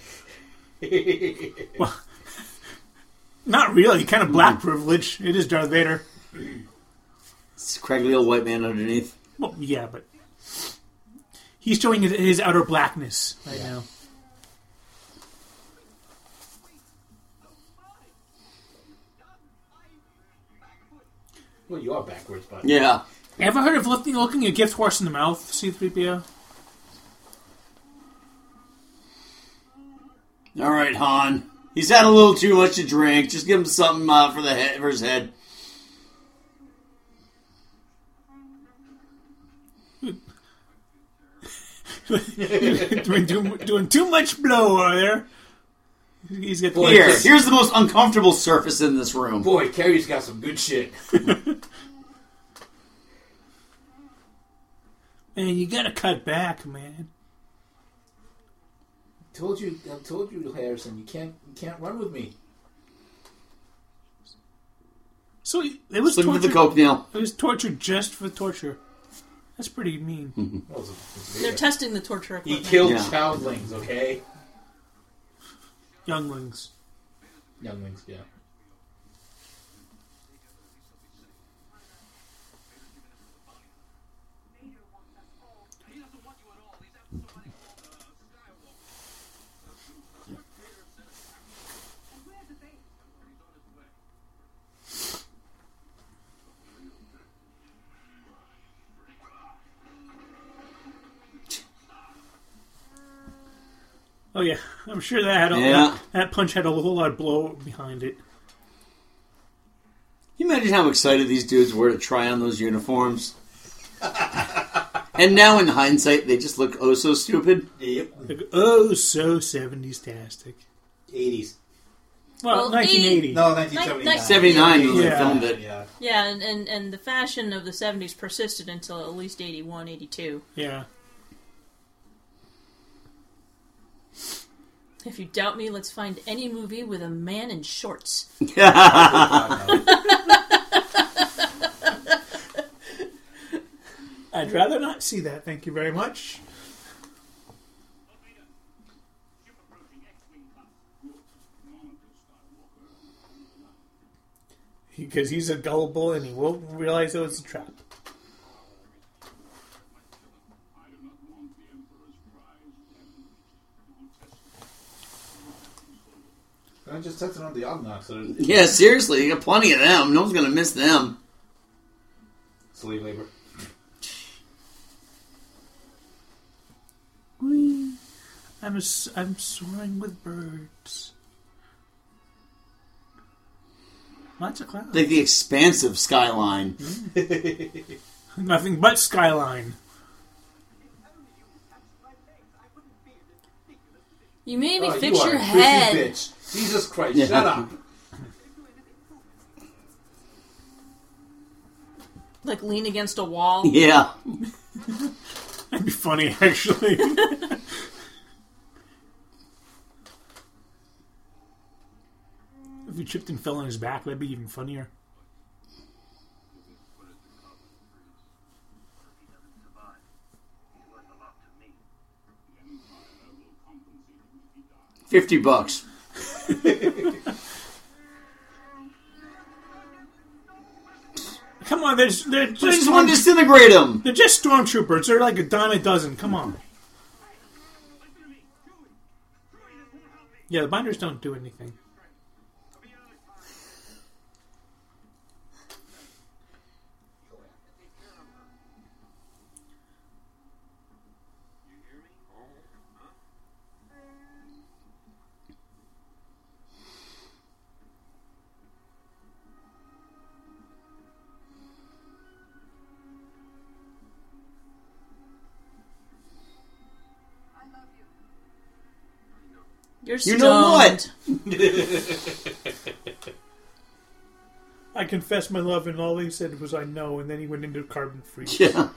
Not really, kind of black privilege. It is Darth Vader. It's a craggly old white man underneath. Well, yeah, but he's showing his, his outer blackness right now. Well, you are backwards, but Yeah. Ever heard of looking looking a gift horse in the mouth? C three PO. All right, Han. He's had a little too much to drink. Just give him something uh, for the head, for his head. doing, too, doing too much blow over there. He's got Boy, Here, here's the most uncomfortable surface in this room. boy, Carrie's got some good shit. man. You gotta cut back, man. told you, I told you, Harrison, you can't, you can't run with me. So he- it was Slim to the torture. coke, Neil. It was torture just for torture. That's pretty mean. Hmm. Well, it's- it's They're weird. testing the torture he equipment. killed Yeah. childlings, okay? Younglings. Younglings, yeah. Oh yeah, I'm sure that had a, Yeah. that punch had a whole lot of blow behind it. Can you imagine how excited these dudes were to try on those uniforms? and now, in hindsight, they just look oh so stupid. Yep. Like, oh, so 70s tastic. 80s. Well, Well, 1980. No, Like- 1979. like- 79 when they Yeah. filmed it. Yeah. Yeah, and, and, and the fashion of the 70s persisted until at least 81, 82. Yeah. If you doubt me, let's find any movie with a man in shorts. I'd rather not see that. Thank you very much. Because he's a gullible and he won't realize it was a trap. And I just tested on the Ognox, so Yeah, seriously, you got plenty of them. No one's going to miss them. slave labor. I'm a s- I'm soaring with birds. Lots of clouds. Like the expansive skyline. Nothing but skyline. You made me Oh, fix you are your a busy head. bitch. Jesus Christ, Yeah. shut up. Like lean against a wall. Yeah. That'd be funny, actually. if he tripped and fell on his back, that'd be even funnier. Fifty bucks. Come on, there's they're just, I just want to storm- disintegrate him. they're just stormtroopers. They're like a dime a dozen. Come on. Yeah, the binders don't do anything. You're You know what? stoned. I confessed my love, and all he said was "I know," and then he went into carbon freeze. Yeah.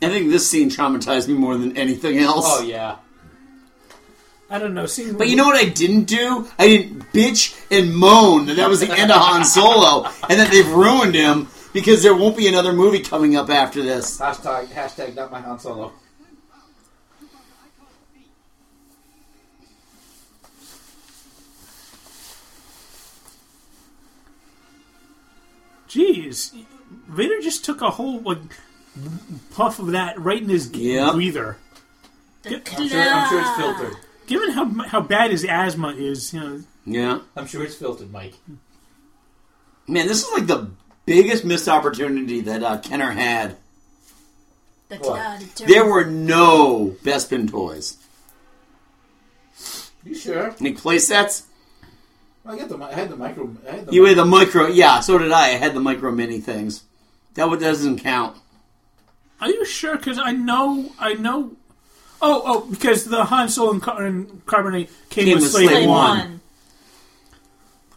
I think this scene traumatized me more than anything else. Oh, yeah. I don't know. Seeing But you know what I didn't do? I didn't bitch and moan that that was the end of Han Solo and that they've ruined him because there won't be another movie coming up after this. Hashtag, hashtag not my Han Solo. Jeez, Vader just took a whole like puff of that right in his Yep. breather. The I'm sure, I'm sure it's cloud. filtered. Given how how bad his asthma is, you know, Yeah. I'm sure it's filtered, Mike. Man, this is like the biggest missed opportunity that uh, Kenner had. The What? cloud of There were no Bespin toys. You sure? Any play sets? I got the. mi- I had the micro. I had the. You had the micro, yeah. So did I. I had the micro mini things. That one doesn't count. are you sure? Because I know, I know. Oh, oh, because the Han Solo and, Car- and Carbonate came, with Slave, Slave One. One.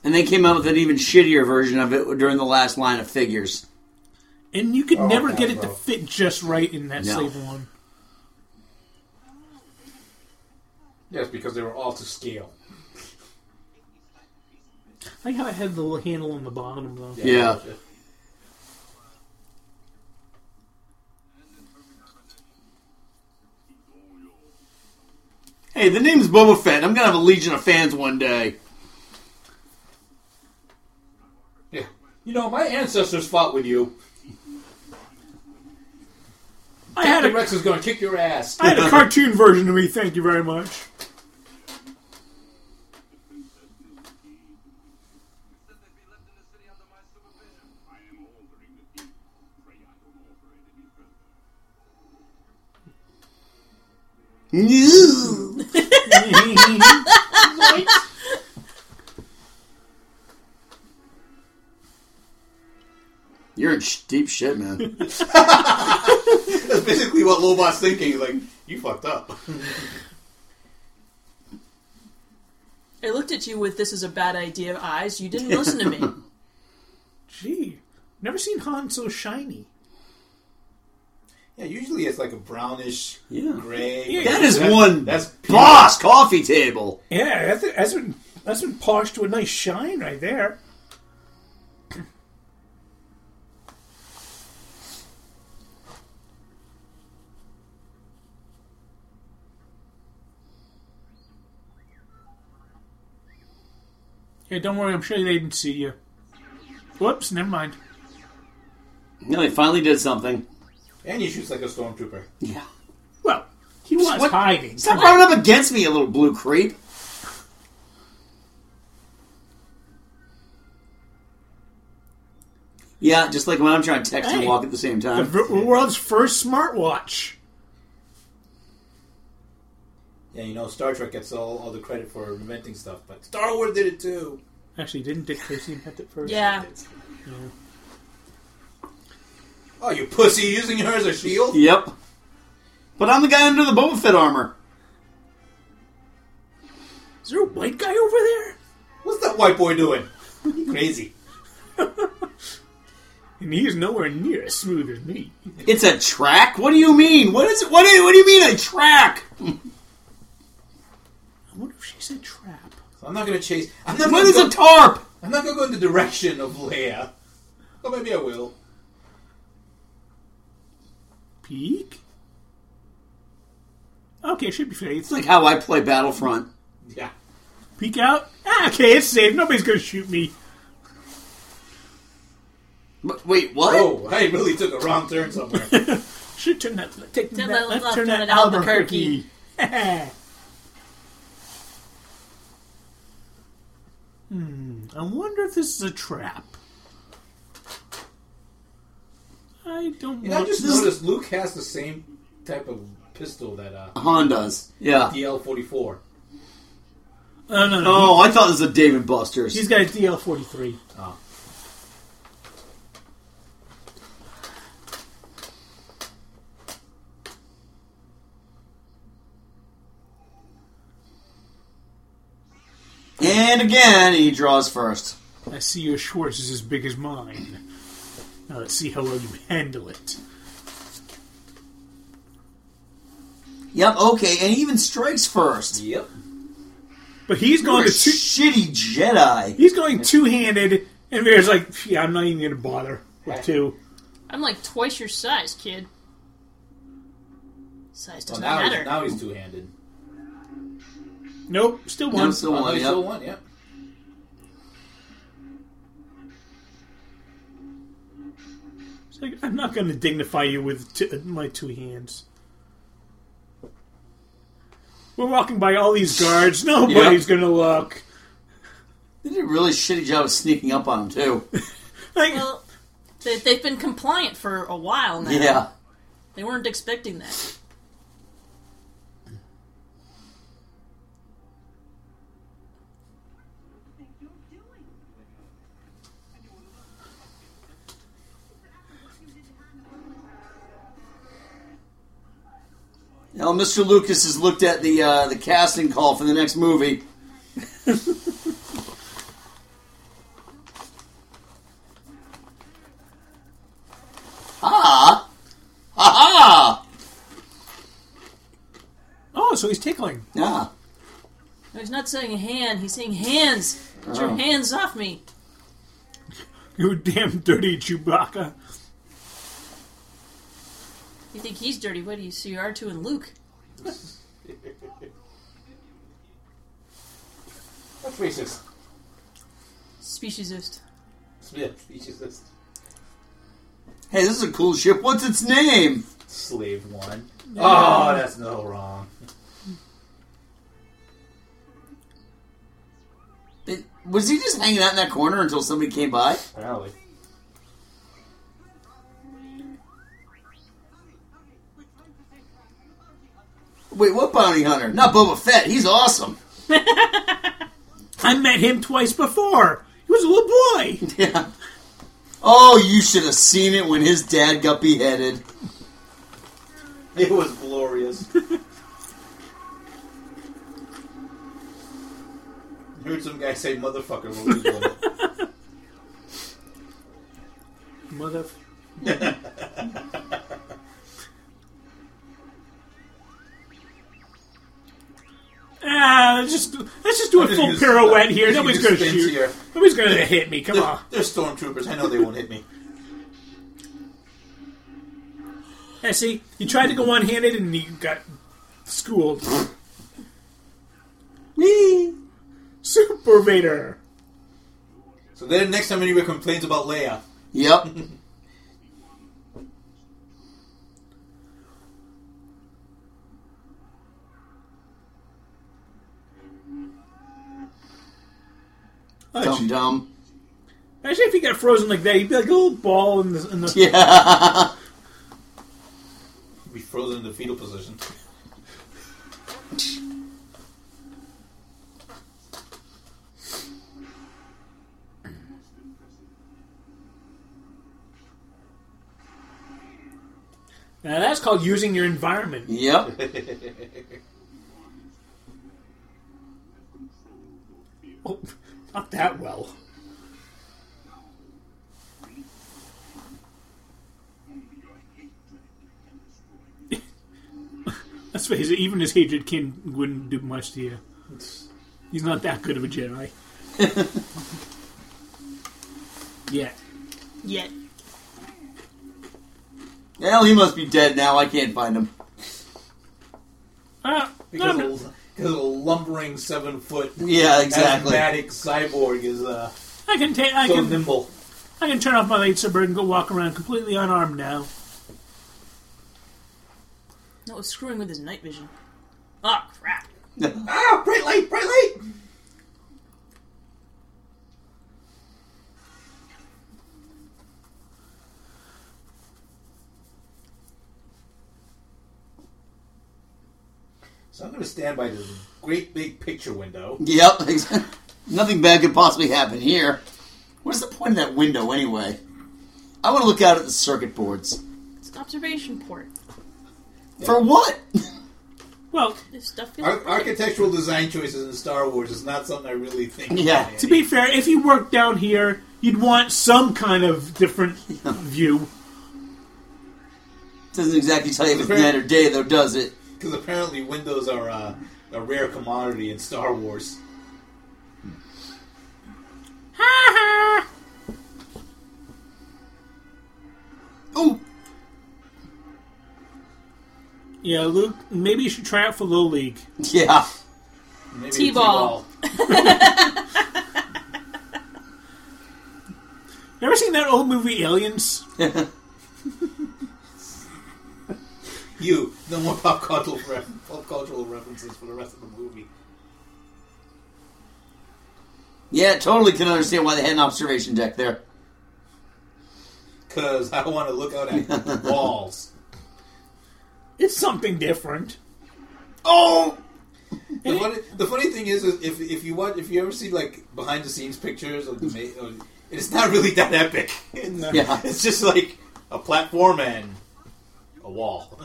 And they came out with an even shittier version of it during the last line of figures. and you could Oh, never God, get it to bro. fit just right in that No. Slave One. yes, because they were all to scale. I like how it had the little handle on the bottom though. Yeah. Hey, the name's Boba Fett. I'm gonna have a legion of fans one day. Yeah. You know, my ancestors fought with you. I had The a, Rex is going to kick your ass. I had a cartoon version of me. Thank you very much. No. You're in sh- deep shit, man. That's basically what Lobot's thinking. He's like, you fucked up. I looked at you with "This is a bad idea" eyes. You didn't listen to me. Gee, never seen Han so shiny. Yeah, usually it's like a brownish Yeah. gray. That is That's- one That's boss coffee table. Yeah, that's, that's been that's been polished to a nice shine right there. Yeah, don't worry. I'm sure they didn't see you. Whoops, never mind. No, they finally did something. And he shoots like a stormtrooper. Yeah. Well, he was What? hiding. Stop rubbing up against me, you little blue creep. Yeah, just like when I'm trying to text and Hey. walk at the same The time. v- world's first smartwatch. Yeah, you know, Star Trek gets all, all the credit for inventing stuff, but Star Wars did it too. Actually, didn't Dick Tracy invent it first? Yeah, Oh, you pussy, using her as a shield? Yep. But I'm the guy under the Boba Fett armor. Is there a white guy over there? What's that white boy doing? You Crazy. And he is nowhere near as smooth as me. It's a track. What do you mean? What is it? What do you, what do you mean a track? I wonder if she's a trap. So I'm not going to chase. I'm not What going is to a tarp? I'm not going to go in the direction of Leia. Or maybe I will. Peek? Okay, it should be safe. It's like Like how I play Battlefront. Yeah. peek out. Ah, okay, it's safe. Nobody's gonna shoot me. But wait, what? Oh, I really took a wrong turn somewhere. Should turn that left. Take Turn that that left. left, Turn turn it that Albuquerque. Albuquerque. hmm. I wonder if this is a trap. I don't And know. I just noticed Luke has the same type of pistol that uh, Han does. Yeah. DL-44. Oh no, no. Oh, I thought this was a David Buster's. He's got a DL forty three. Oh. and again, he draws first. I see your Schwartz is as big as mine. Now let's see how well you handle it. Yep. Okay, and he even strikes first. Yep. But he's You're going a to two, shitty Jedi. he's going two handed, and Vader's like, yeah, I'm not even going to bother with two. I'm like twice your size, kid. Size doesn't Well, now, matter. he's, now he's two-handed. Nope, still one. I'm still Oh, one. he's yep. still one, yep. It's like, I'm not going to dignify you with t- my two hands. We're walking by all these guards. Nobody's going to look. They did a really shitty job of sneaking up on him too. Like, Well, they, they've been compliant for a while now. Yeah. They weren't expecting that. Now, Mr. Lucas has looked at the uh, the casting call for the next movie. ah. Ah. oh, so he's tickling. Yeah. No, he's not saying hand, he's saying hands. Get your Oh. hands off me. You damn dirty Chewbacca. You think he's dirty? What do you see R2 and Luke? That's racist. Speciesist. Yeah, speciesist. Hey, this is a cool ship. What's its name? Slave one. Oh, that's no wrong. It- was he just hanging out in that corner until somebody came by? Apparently. Wait, what bounty hunter? Not Boba Fett. He's awesome. I met him twice before. He was a little boy. Yeah. Oh, you should have seen it when his dad got beheaded. It was glorious. I heard some guy say motherfucker when we were little. Mother. Ah, let's just let's just do a just full gonna- pirouette I'm here. just Nobody's gonna gonna spin shoot. here. Nobody's gonna hit me. Come They're, on. they're stormtroopers. I know they won't hit me. Yeah, see, you tried to go one-handed and you got schooled. Whee! Super Vader. So then next time anybody complains about Leia, Yep. Oh, Dumb gee. dumb. Imagine if he got frozen like that. He'd be like a little ball in the. In the Yeah. be frozen in the fetal position. Now that's called using your environment. Yep. Oh, not that well. Let's face it, even his hatred kin wouldn't do much to you. He's not that good of a Jedi. yeah. Yet. Well, he must be dead now. I can't find him. Ah, Because no, a, because a lumbering seven foot Yeah, exactly. asthmatic cyborg is uh, I can take. I so can. nimble. I can turn off my lightsaber and go walk around completely unarmed now. No, it was screwing with his night vision. Oh, crap. Ah, bright light, bright light. So I'm going to stand by this great big picture window. Yep. exa- Nothing bad could possibly happen here. What's the point of that window anyway? I want to look out at the circuit boards. It's an observation port. For what? Well, This stuff feels Ar- architectural design choices in Star Wars is not something I really think. Yeah. to be fair, if you worked down here, you'd want some kind of different view. Doesn't exactly tell you if it's night or day, though, does it? because apparently windows are uh, a rare commodity in Star Wars. Ooh. Yeah, Luke, maybe you should try out for Low League. Yeah. Maybe a T-ball. You ever seen that old movie Aliens? You no more pop cultural ref- pop cultural references for the rest of the movie. Yeah, totally can understand why they had an observation deck there. Cause I want to look out at the walls. It's something different. Oh! The funny, the funny thing is, is if if you watch, if you ever see like behind the scenes pictures of the, ma- of, it's not really that epic. It's, Yeah. it's just like a platform and a wall.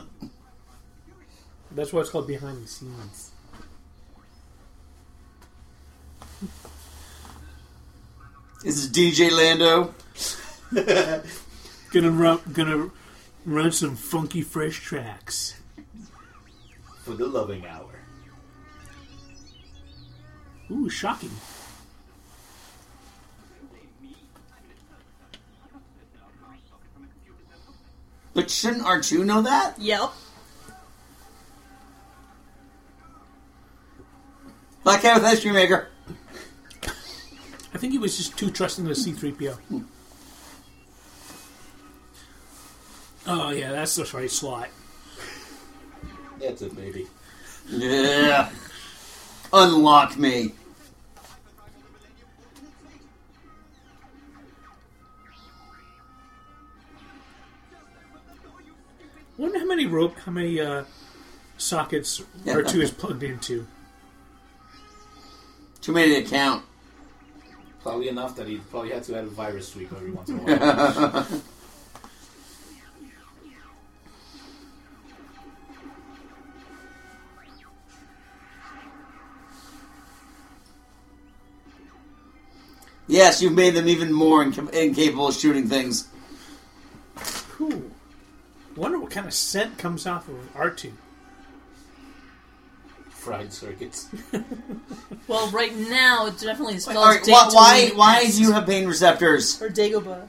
That's why it's called behind the scenes. This is DJ Lando. Gonna run, gonna run some funky fresh tracks. for the loving hour. Ooh, shocking. But shouldn't R2 know that? Yep. Black Cat with Ice Cream Maker. I think he was just too trusting of C3PO. Oh, yeah, that's the right slot. That's a baby. Yeah. Unlock me. Wonder how many rope, how many uh, sockets R2 is plugged into. Too many to count. Probably enough that he probably had to add a virus sweep every once in a while. Yes, you've made them even more inca- incapable of shooting things. Cool. Wonder what kind of scent comes off of R2. Fried circuits. Well, right now it definitely spells All right, Dagobah. why, why, why do you have pain receptors? or Dagobah?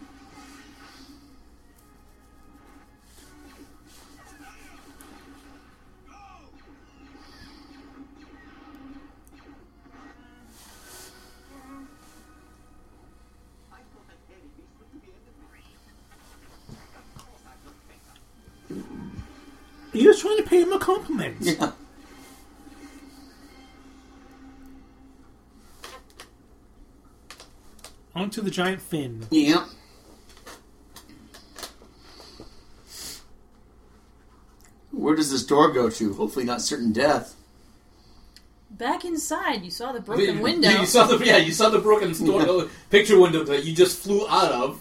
He was trying to pay him a compliment. Yeah. Onto the giant fin. Yeah. Where does this door go to? Hopefully, not certain death. Back inside, you saw the broken You- window. You saw the yeah, you saw the broken store picture window that you just flew out of.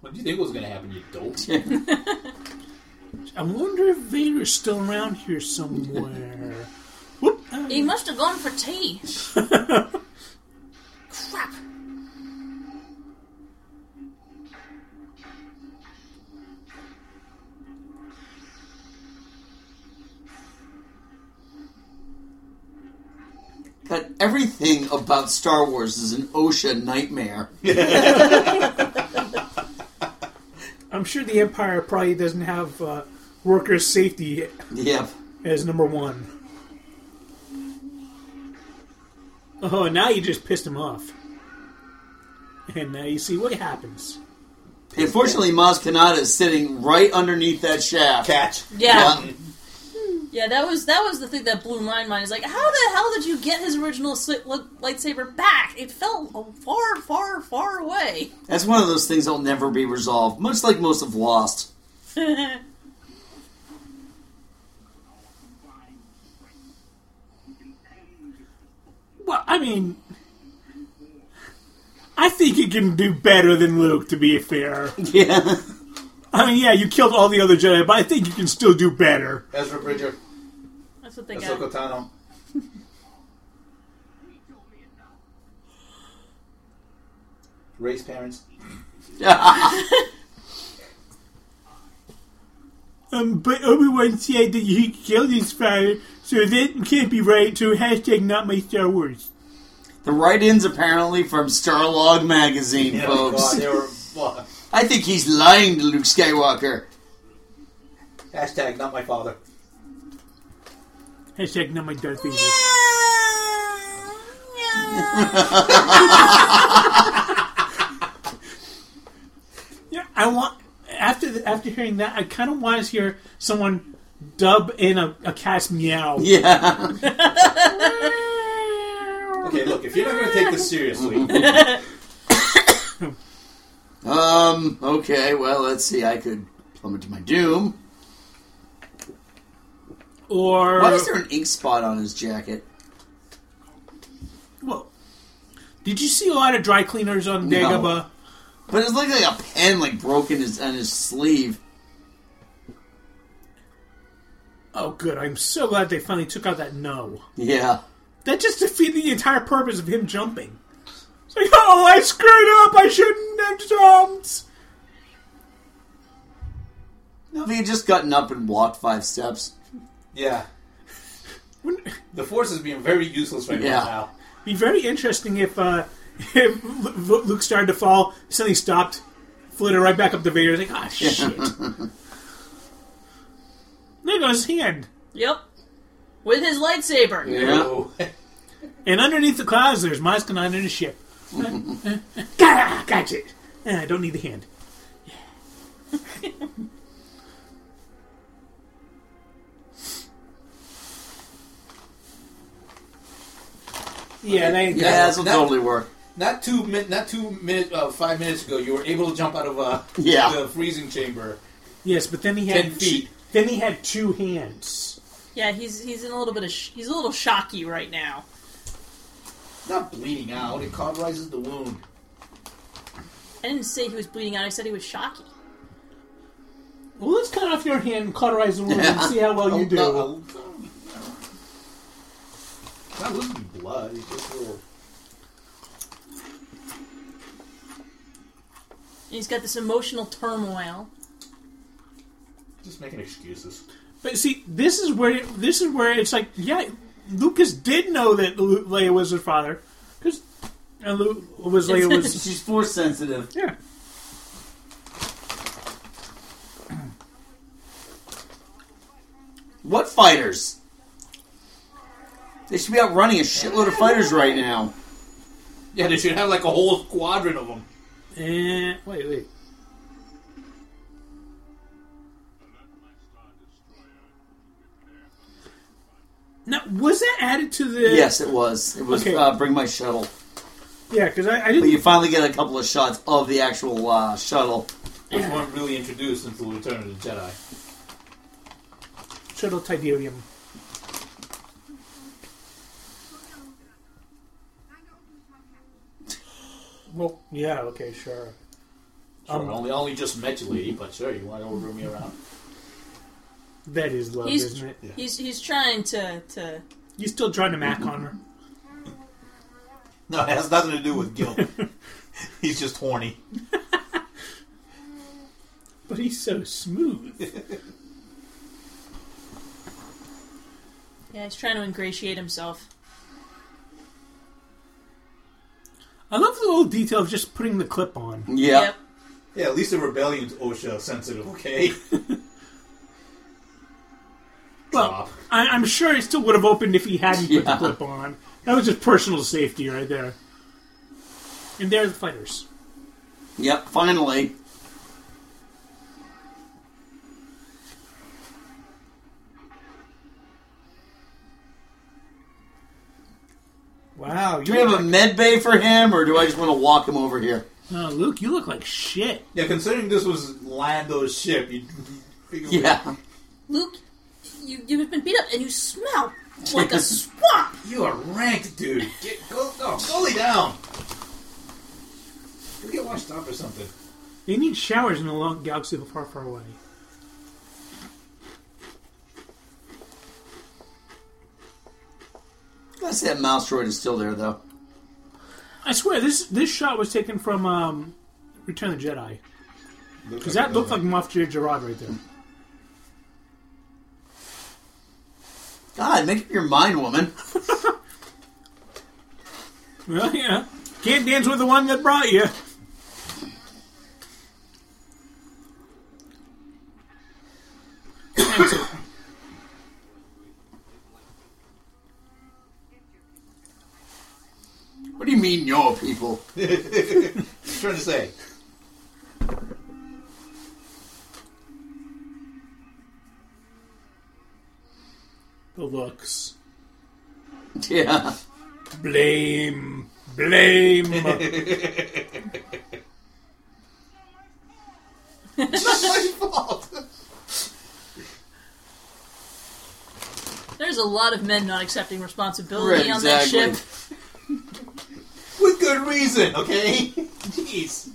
What do you think was gonna happen, you dope? I wonder if Vader's still around here somewhere. Whoop! Ah, He must have gone for tea. Crap. That everything about Star Wars is an OSHA nightmare. I'm sure the Empire probably doesn't have uh, worker safety Yep. as number one. Oh, now you just pissed him off. And now you see what happens. Unfortunately, Maz Kanata is sitting right underneath that shaft. Catch. Yeah. Yeah. Yeah, that was that was the thing that blew my mind. Is like, how the hell did you get his original si- li- lightsaber back? It fell far, far, far away. That's one of those things that'll never be resolved, much like most of Lost. Well, I mean, I think you can do better than Luke, to be fair. Yeah. I mean, yeah, you killed all the other Jedi, but I think you can still do better. Ezra Bridger, That's what they Ahsoka got. Tano. Ray's parents. Um, but Obi-Wan said that he killed his father, so that can't be right, so hashtag not my Star Wars. the write in's apparently from Starlog magazine, Oh, folks. God, they were. well, I think he's lying to Luke Skywalker. hashtag not my father. Hashtag not my Darth Vader. Yeah, I want after the, after hearing that, I kind of want to hear someone dub in a, a cat's meow. Yeah. Okay, look, if you're not gonna take this seriously, Um, okay, well, let's see. I could plummet to my doom. Or Why is there an ink spot on his jacket? well, did you see a lot of dry cleaners on No. Dagobah? But it's like, like a pen, like, broken his, on his sleeve. Oh, good. I'm so glad they finally took out that no. Yeah. That just defeated the entire purpose of him jumping. It's like, oh, I screwed up. I shouldn't have jumped. No, if he had just gotten up and walked five steps. yeah, Wouldn't- the force is being very useless right Yeah. now. be very interesting if uh, if Lu- Luke started to fall, suddenly stopped, flitted right back up to Vader. Like, ah, shit. there goes his hand. Yep. with his lightsaber. Yeah. Oh. And underneath the clouds, there's Maz Kanata and his ship. Gah, gotcha. Eh, I don't need the hand. yeah, they. Yeah, that's That- totally work. Not two min- not two minutes, uh, five minutes ago, you were able to jump out of uh, Yeah. the freezing chamber. Yes, but then he had Ten two- feet. then he had two hands. Yeah, he's he's in a little bit of sh- he's a little shocky right now. Not bleeding out; it cauterizes the wound. I didn't say he was bleeding out. I said he was shocky. Well, let's cut off your hand, cauterize the wound, and see how well Oh, you do. no, oh, no. Not losing blood; it's just a little. And he's got this emotional turmoil. Just making excuses. But see, this is where this is where it's like, yeah, Lucas did know that Lu- Leia was his father, because Lu- was Leia was She's force sensitive. yeah. What fighters? They should be out running a shitload of fighters right now. Yeah, they should have like a whole squadron of them. Eh, wait, wait. Now, was that added to the? Yes, it was. It was Okay. uh, bring my shuttle. Yeah, because I, I But you didn't. finally get a couple of shots of the actual uh, shuttle. Which weren't really introduced until Return of the Jedi. Shuttle Tiderium. Well, yeah. Okay, sure. Sure, only only just met you, lady, but sure, you want to over me around. That is love, He's- isn't it? He's he's trying to to You still trying to mac on her? No, it has nothing to do with guilt. He's just horny. But he's so smooth. yeah he's trying to ingratiate himself. I love the little detail of just putting the clip on. Yeah. Yep. Yeah, at least the rebellion's OSHA sensitive, okay? Well, I, I'm sure it still would have opened if he hadn't put the Yeah. clip on. That was just personal safety right there. And there are the fighters. Yep. Finally. Wow, Do you we have look a med bay for him, or do I just want to walk him over here? like, uh, Luke, you look like shit. yeah, considering this was Lando's ship, you Yeah. Luke, you you've been beat up and you smell like a swamp. you are ranked, dude. Get go, no, go lay down. Go get washed up or something. They need showers in a long galaxy far, far away. Let's say that mouse droid is still there, though. I swear, this this shot was taken from um, Return of the Jedi. Because that looked like Moff Jar Gerard right there. God, make up your mind, woman. Well, yeah. Can't dance with the one that brought you. That's it. What do you mean, yo, people? trying to say. The looks. Yeah. Blame. Blame. It's not my fault. There's a lot of men not accepting responsibility Right, on exactly. that ship. With good reason, okay? Jeez.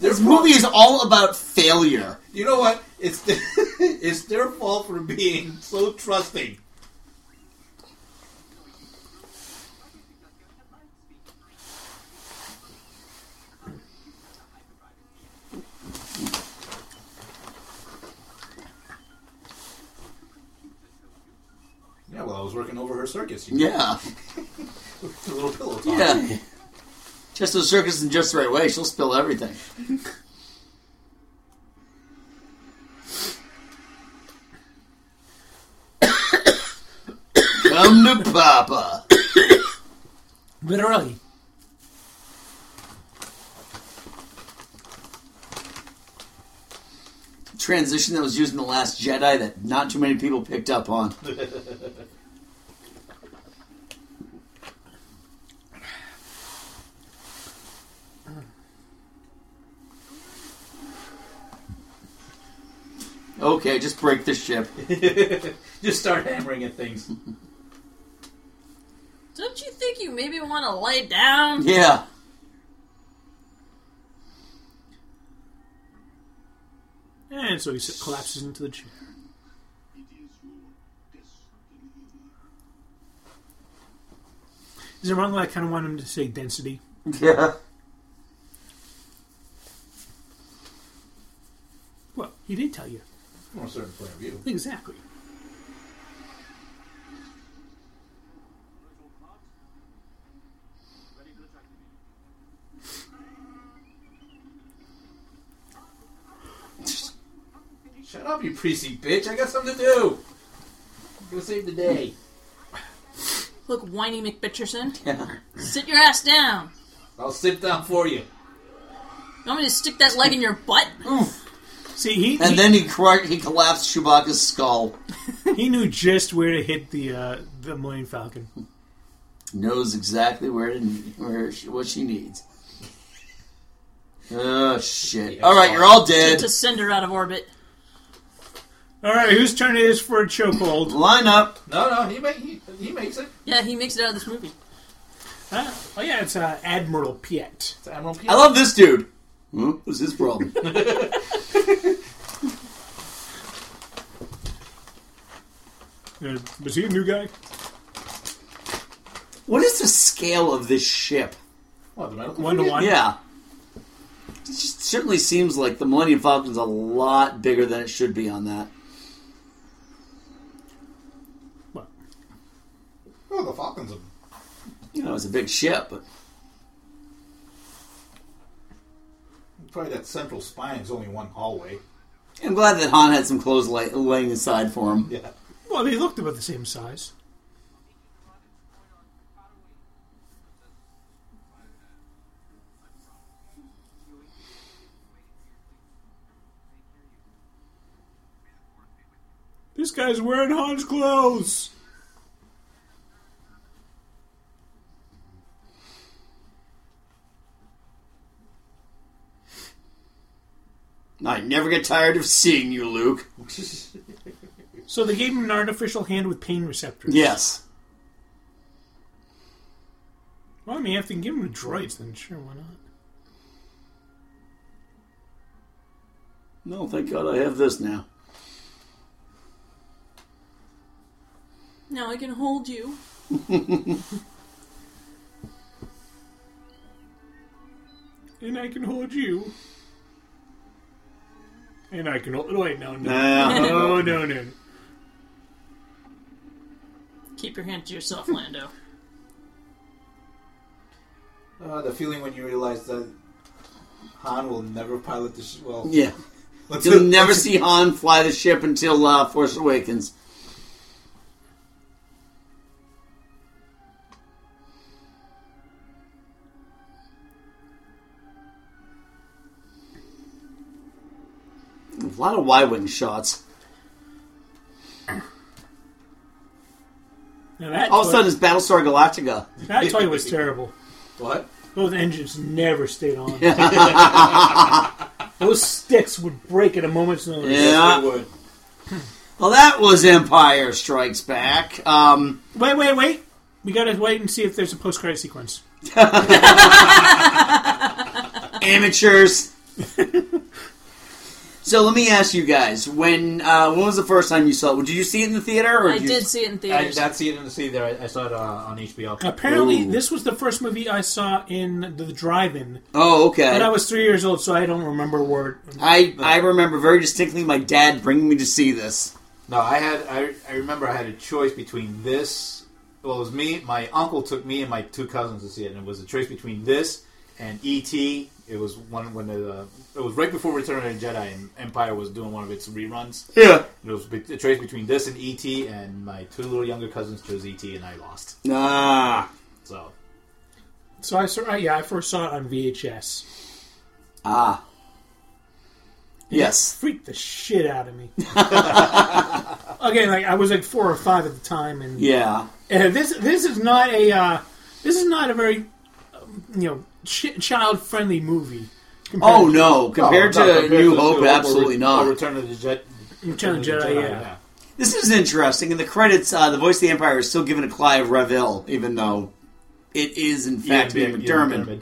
This movie is all about failure. You know what? It's it's their fault for being so trusting. Yeah, well, I was working over her circus. You Yeah. a little pillow talk. Yeah. Just the circus in just the right way, she'll spill everything. Papa. Literally. Transition that was used in The Last Jedi that not too many people picked up on. Okay, just break the ship. Just start hammering at things. Don't you think you maybe want to lay down? Yeah. And so he s- collapses into the chair. Is it wrong that I kind of want him to say density? Yeah. Well, he did tell you. From a certain point of view. Exactly. Shut up, you precy bitch. I got something to do. I'm gonna save the day. Look, whiny McBitcherson. Sit your ass down. I'll sit down for you. You want me to stick that leg in your butt? See, he And he, then he cr- he collapsed Chewbacca's skull. he knew just where to hit the uh, the Millennium Falcon. Knows exactly where to, where she, what she needs. Oh shit! All right, you're all dead. To send her out of orbit. All right, whose turn it is for a chokehold? Line up. No, no, he, make, he, he makes it. Yeah, he makes it out of this movie. Huh? Oh yeah, it's uh, Admiral Piet. It's Admiral Pierce. I love this dude. Hmm? What's his problem? Uh, was he a new guy? what is the scale of this ship? What, the medical One to frigate? one. Yeah. It just certainly seems like the Millennium Falcon's a lot bigger than it should be on that. Well, Oh, the Falcon's a. You know, it's a big ship, but Probably that central spine is only one hallway. I'm glad that Han had some clothes lay- laying aside for him. Yeah. well, they looked about the same size. This guy's wearing Han's clothes. I never get tired of seeing you, Luke. Uh, So they gave him an artificial hand with pain receptors. Yes. Well, I mean, if they can give him the droids, then sure, why not? No, thank God I have this now. Now I can hold you. And I can hold you. And I can hold. Wait, no, no. Nah. No, no, no. Keep your hand to yourself, Lando. Uh, the feeling when you realize that Han will never pilot the ship. Well, yeah. let's You'll never see Han fly the ship until uh, Force Awakens. A lot of Y wing shots. Now that All of a toy- sudden, it's Battlestar Galactica. that toy was terrible. What? Those engines never stayed on. Those sticks would break at a moment's notice. Yeah. They would. Well, that was Empire Strikes Back. Um, Wait, wait, wait. We gotta wait and see if there's a post-credit sequence. amateurs. so let me ask you guys: when uh, when was the first time you saw it? Did you see it in the theater? Or I did see it in I theaters. did not see it in the sea there. I, I saw it uh, on HBO. Apparently, Ooh. this was the first movie I saw in the drive-in, Oh, okay. but I was three years old, so I don't remember where. I I remember very distinctly my dad bringing me to see this. No, I had. I, I remember I had a choice between this. Well, it was me. My uncle took me and my two cousins to see it, and it was a choice between this and E.T. It was one when the uh, it was right before Return of the Jedi and Empire was doing one of its reruns. Yeah. It was be- a trace between this and E.T. and my two little younger cousins chose E.T. and I lost. Ah. So So I saw, yeah, I first saw it on VHS. Ah. Yes. freaked the shit out of me. Again, like I was like four or five at the time, and Yeah. and this this is not a uh, this is not a very um, you know ch- child friendly movie. compared Oh to no! Compared No, to not compared New to- Hope, or- or- absolutely or not. Return of the Jet. Return of the Jedi, yeah. This is interesting. In the credits, uh, the voice of the Empire is still given to Clive Revell, even though it is in fact Yeah, yeah, Ian McDermott.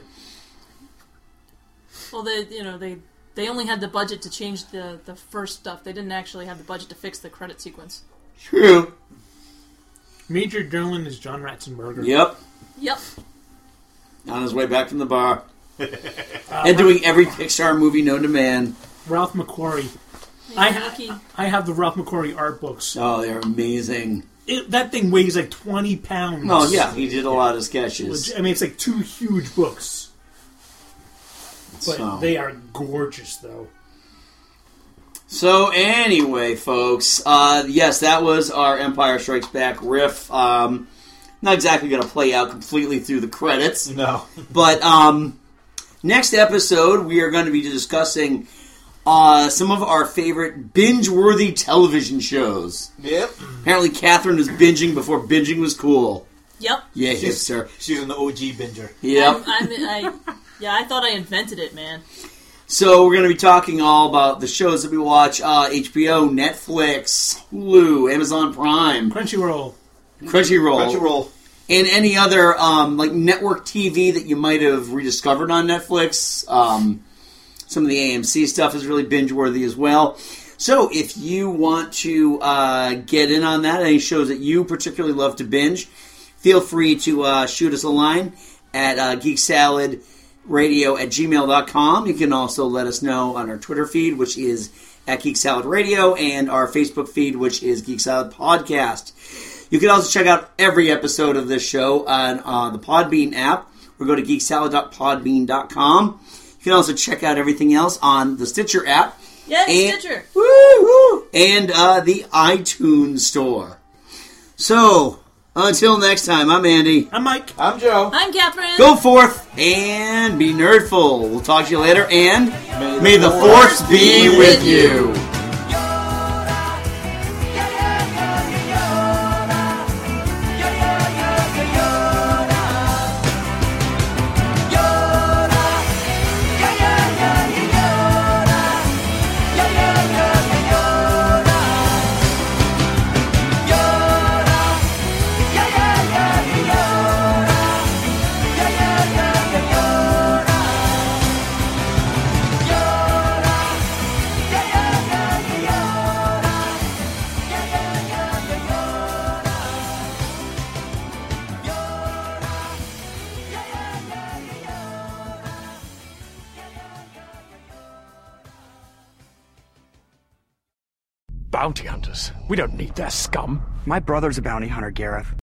Well, they you know they they only had the budget to change the the first stuff. They didn't actually have the budget to fix the credit sequence. True. Major Derlin is John Ratzenberger. Yep. Yep. On his way back from the bar, and doing every Pixar movie known to man. Ralph McQuarrie. I ha- I have the Ralph McQuarrie art books. Oh, they're amazing. It, that thing weighs like twenty pounds. Oh yeah, he did a lot of sketches. Leg- I mean, it's like two huge books, but So. they are gorgeous though. So anyway, folks, uh, yes, that was our Empire Strikes Back riff. Um, not exactly going to play out completely through the credits. Mm-hmm. No, But um, next episode, we are going to be discussing uh, some of our favorite binge-worthy television shows. Yep. Apparently, Catherine was binging before binging was cool. Yep. Yeah, hipster. she's an OG binger. Yep. I'm, I, yeah, I thought I invented it, man. So we're going to be talking all about the shows that we watch: uh, HBO, Netflix, Hulu, Amazon Prime, Crunchyroll. Crunchyroll, Crunchyroll. and any other um, like network TV that you might have rediscovered on Netflix. Um, some of the AMC stuff is really binge worthy as well. So if you want to uh, get in on that, any shows that you particularly love to binge, feel free to uh, shoot us a line at uh, geeksaladradio at gmail.com. You can also let us know on our Twitter feed, which is at Geek Salad Radio, and our Facebook feed, which is Geek Salad Podcast. You can also check out every episode of this show on uh, the Podbean app or go to geeksalad.podbean.com. You can also check out everything else on the Stitcher app. Yeah, And- Stitcher. Woo, woo, and uh, the iTunes store. So, until next time, I'm Andy. I'm Mike. I'm Joe. I'm Catherine. Go forth and be nerdful. We'll talk to you later, and may the force be with you. Bounty hunters. We don't need their scum. My brother's a bounty hunter, Gareth.